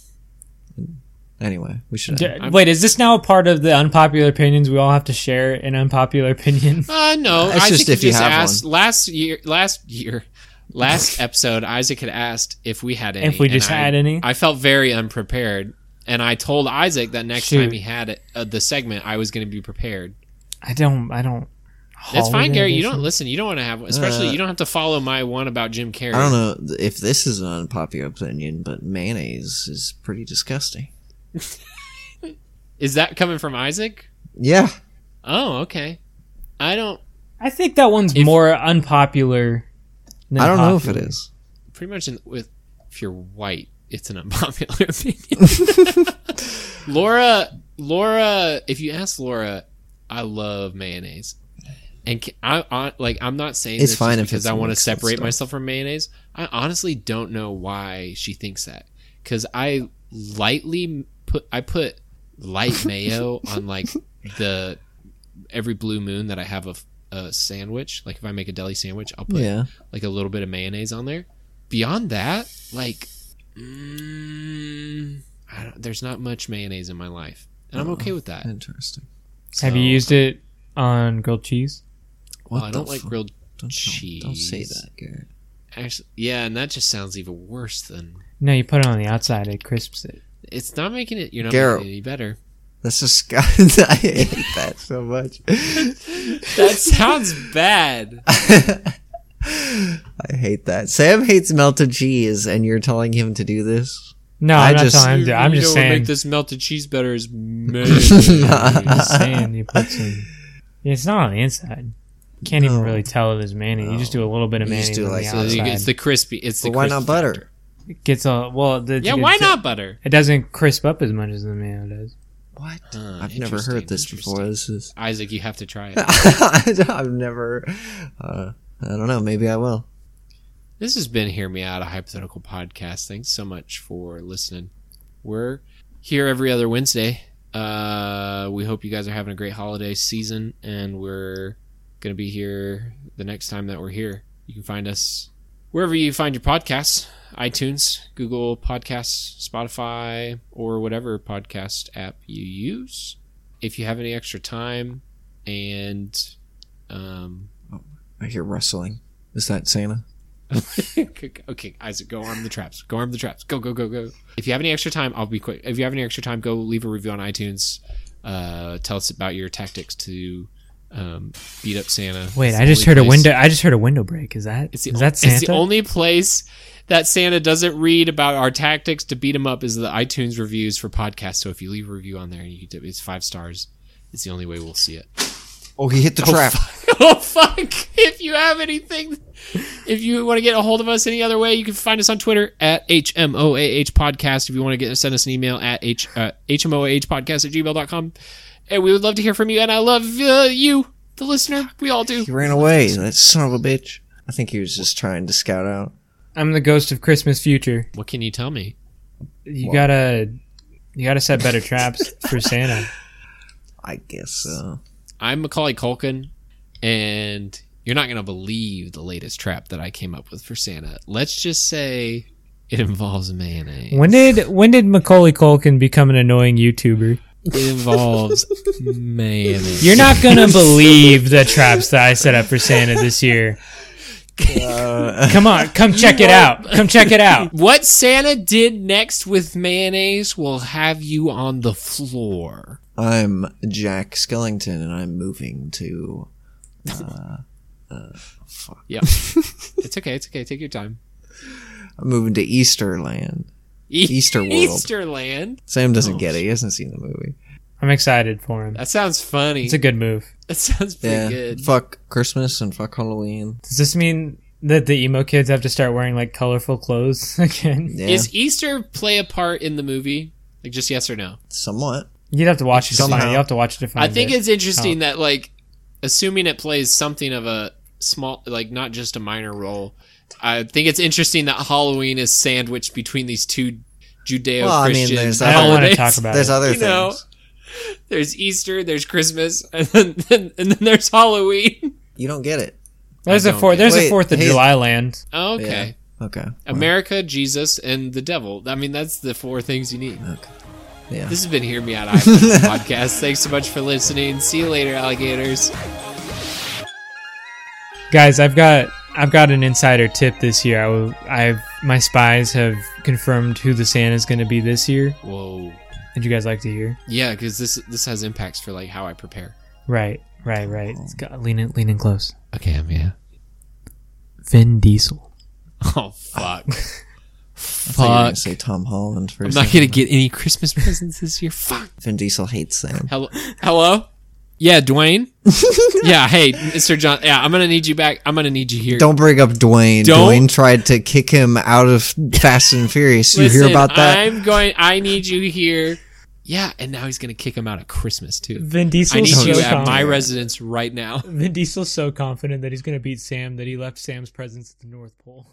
S3: Anyway, we should.
S2: D- Wait, is this now a part of the unpopular opinions? We all have to share an unpopular opinion.
S1: Uh no,
S3: That's
S1: I
S3: just
S1: think he
S3: if you have
S1: asked
S3: one.
S1: last year. Last year, last episode, Isaac had asked if we had any.
S2: If we just
S1: and I-
S2: had any?
S1: I felt very unprepared, and I told Isaac that next
S2: Shoot.
S1: time he had it, uh, the segment, I was going to be prepared.
S2: I don't. I don't.
S1: That's fine,
S2: holiday
S1: Gary. You
S2: edition.
S1: don't listen. You don't want to have, one. especially
S3: Uh,
S1: you don't have to follow my one about Jim Carrey.
S3: I don't know th- if this is an unpopular opinion, but mayonnaise is pretty disgusting.
S1: Is that coming from Isaac?
S3: Yeah,
S1: Oh, okay. I don't.
S2: I think that one's
S1: If-
S2: more unpopular. Than
S3: I don't know if it
S2: popular.
S3: is.
S1: Pretty much in, with if you're white, it's an unpopular opinion. Laura, Laura, if you ask Laura, I love mayonnaise, and ca- I, I like I'm not saying
S3: It's
S1: this
S3: fine
S1: just
S3: if
S1: because
S3: it's
S1: I want to
S3: mixed with
S1: separate
S3: stuff.
S1: myself from mayonnaise. I honestly don't know why she thinks that because I lightly put I put light mayo on like the every blue moon that I have a, f- a sandwich. Like if I make a deli sandwich, I'll put
S3: Yeah,
S1: like a little bit of mayonnaise on there. Beyond that, like, mm, Uh-huh. I don't, there's not much mayonnaise in my life, and I'm
S3: Oh.
S1: okay with that.
S3: interesting.
S2: Have you
S1: So-
S2: used it on grilled cheese?
S1: Well, I
S3: the
S1: don't like
S3: fu-
S1: grilled.
S3: don't, tell- Don't say
S1: cheese.
S3: that, Garrett.
S1: Actually, yeah, and that just sounds even worse than
S2: No, you put it on the outside. It crisps it.
S1: it's not making it. You're not
S3: Garrett.
S1: making it any better.
S3: That's disgusting. I hate that so much.
S1: That sounds bad.
S3: I hate that. Sam hates melted cheese, and you're telling him to do this.
S2: No,
S3: I
S2: I'm not
S3: just-
S2: telling him to. I'm
S1: You
S2: just
S1: know what
S2: saying.
S1: Make this melted cheese better is mayonnaise.
S2: just saying you put some. It's not on the inside. You can't even
S3: No.
S2: really tell it is mayonnaise. You just do a little bit of
S3: You just
S2: mayonnaise
S3: do
S2: on
S3: like-
S2: the
S3: so
S1: So you
S2: outside.
S1: get- it's the crispy. It's the
S3: But why not
S1: crispy
S3: butter?
S1: factor.
S2: It gets a well. The,
S1: Yeah,
S2: it-
S1: why
S2: it-
S1: not butter?
S2: It doesn't crisp up as much as the mayo does.
S3: What?
S1: Huh,
S3: I've never
S1: Ah, interesting,
S3: heard this before. This is.
S1: Isaac, you have to try it.
S3: I've never. Uh, I don't know. Maybe I will.
S1: This has been Hear Me Out, a hypothetical podcast. Thanks so much for listening. We're here every other Wednesday. Uh, we hope you guys are having a great holiday season, and we're going to be here the next time that we're here. You can find us wherever you find your podcasts iTunes, Google Podcasts, Spotify, or whatever podcast app you use. If you have any extra time and. Um,
S3: I hear rustling. Is that Santa?
S1: okay, Isaac, go arm the traps. Go arm the traps. Go, go, go, go. If you have any extra time, I'll be quick. If you have any extra time, go leave a review on iTunes. Uh, tell us about your tactics to um, beat up Santa.
S2: Wait,
S1: It's
S2: I
S1: the
S2: just
S1: only
S2: heard a
S1: place-
S2: window. I just heard a window break. Is that
S1: It's
S2: is
S1: the,
S2: that Santa?
S1: It's the only place that Santa doesn't read about our tactics to beat him up is the iTunes reviews for podcasts. So if you leave a review on there and you do, it's five stars, it's the only way we'll see it.
S3: Oh, he hit the trap.
S1: oh fuck if you have anything if you want to get a hold of us any other way you can find us on twitter at hmoah podcast if you want to get send us an email at h uh, hmoah podcast at gmail.com and we would love to hear from you and i love uh, you the listener we all do
S3: He ran away. That son of a bitch. I think he was just trying to scout out.
S2: I'm the ghost of Christmas future.
S1: what can you tell me
S2: You gotta you gotta set better traps for Santa.
S3: I guess so.
S1: i'm macaulay culkin and you're not going to believe the latest trap that i came up with for santa let's just say it involves mayonnaise
S2: When did when did Macaulay Culkin become an annoying YouTuber?
S1: it involves mayonnaise
S2: You're not gonna believe the traps that I set up for Santa this year.
S3: Uh,
S2: Come on, come check it out. Come check it out.
S1: What Santa did next with mayonnaise will have you on the floor.
S3: I'm Jack Skellington, and I'm moving to. Uh, uh, fuck.
S1: Yeah. it's okay. It's okay. Take your time.
S3: I'm moving to Easterland. Easter World.
S1: E- Easterland.
S3: Sam doesn't get it. He hasn't seen the movie.
S2: I'm excited for him.
S1: That sounds funny.
S2: It's a good move.
S1: that sounds pretty
S3: Yeah.
S1: good.
S3: Fuck Christmas and fuck Halloween.
S2: Does this mean that the emo kids have to start wearing like colorful clothes again?
S3: Yeah.
S1: Is Easter play a part in the movie? Like just yes or no?
S3: somewhat.
S2: You'd have to watch it. to
S3: Somehow.
S2: find- You have to watch it to find
S1: I think
S2: it.
S1: it's interesting that like assuming it plays something of a small like not just a minor role. I think it's interesting that Halloween is sandwiched between these two
S3: Well, I mean,
S1: Judeo-Christian
S3: there's
S2: I don't want to
S1: holidays.
S2: talk about
S3: There's
S2: it.
S3: other
S1: You
S3: things.
S1: know. There's Easter, there's Christmas, and then, then and then there's Halloween.
S3: You don't get it.
S2: There's
S1: I
S2: a
S1: don't
S2: fourth.
S1: get
S2: There's a
S3: Wait,
S2: Fourth of
S3: hey-
S2: July land.
S1: Oh, okay.
S3: Yeah. Okay. Well,
S1: America, Jesus, and the devil. I mean, that's the four things you need.
S3: yeah.
S1: This has been Hear Me Out Eye podcast. Thanks so much for listening. See you later, alligators.
S2: Guys, I've got I've got an insider tip this year. I will, I've my spies have confirmed who the Santa's going to be this year.
S1: Whoa.
S2: Would you guys like to hear?
S1: Yeah, because this this has impacts for like how I prepare.
S2: Right, right, right. It's got, lean in, lean in close.
S1: Okay, I'm yeah.
S2: Vin Diesel.
S1: Oh fuck.
S3: I thought you were gonna
S1: fuck.
S3: say Tom Holland for a
S1: I'm not
S3: second.
S1: gonna get any Christmas presents this year. Fuck.
S3: Vin Diesel hates Sam.
S1: Hello. Hello. Yeah, Dwayne. yeah. Hey, Mr. John. Yeah, I'm gonna need you back. I'm gonna need you here.
S3: Don't bring up Dwayne.
S1: Don't-
S3: Dwayne tried to kick him out of Fast and Furious. You
S1: Listen,
S3: hear about that?
S1: I'm going. I need you here. Yeah, and now he's gonna kick him out at Christmas too.
S2: Vin
S1: I need
S2: Diesel's
S1: you
S2: so
S1: at my
S2: confident.
S1: residence right now.
S2: Vin Diesel's so confident that he's going to beat Sam that he left Sam's presence at the North Pole.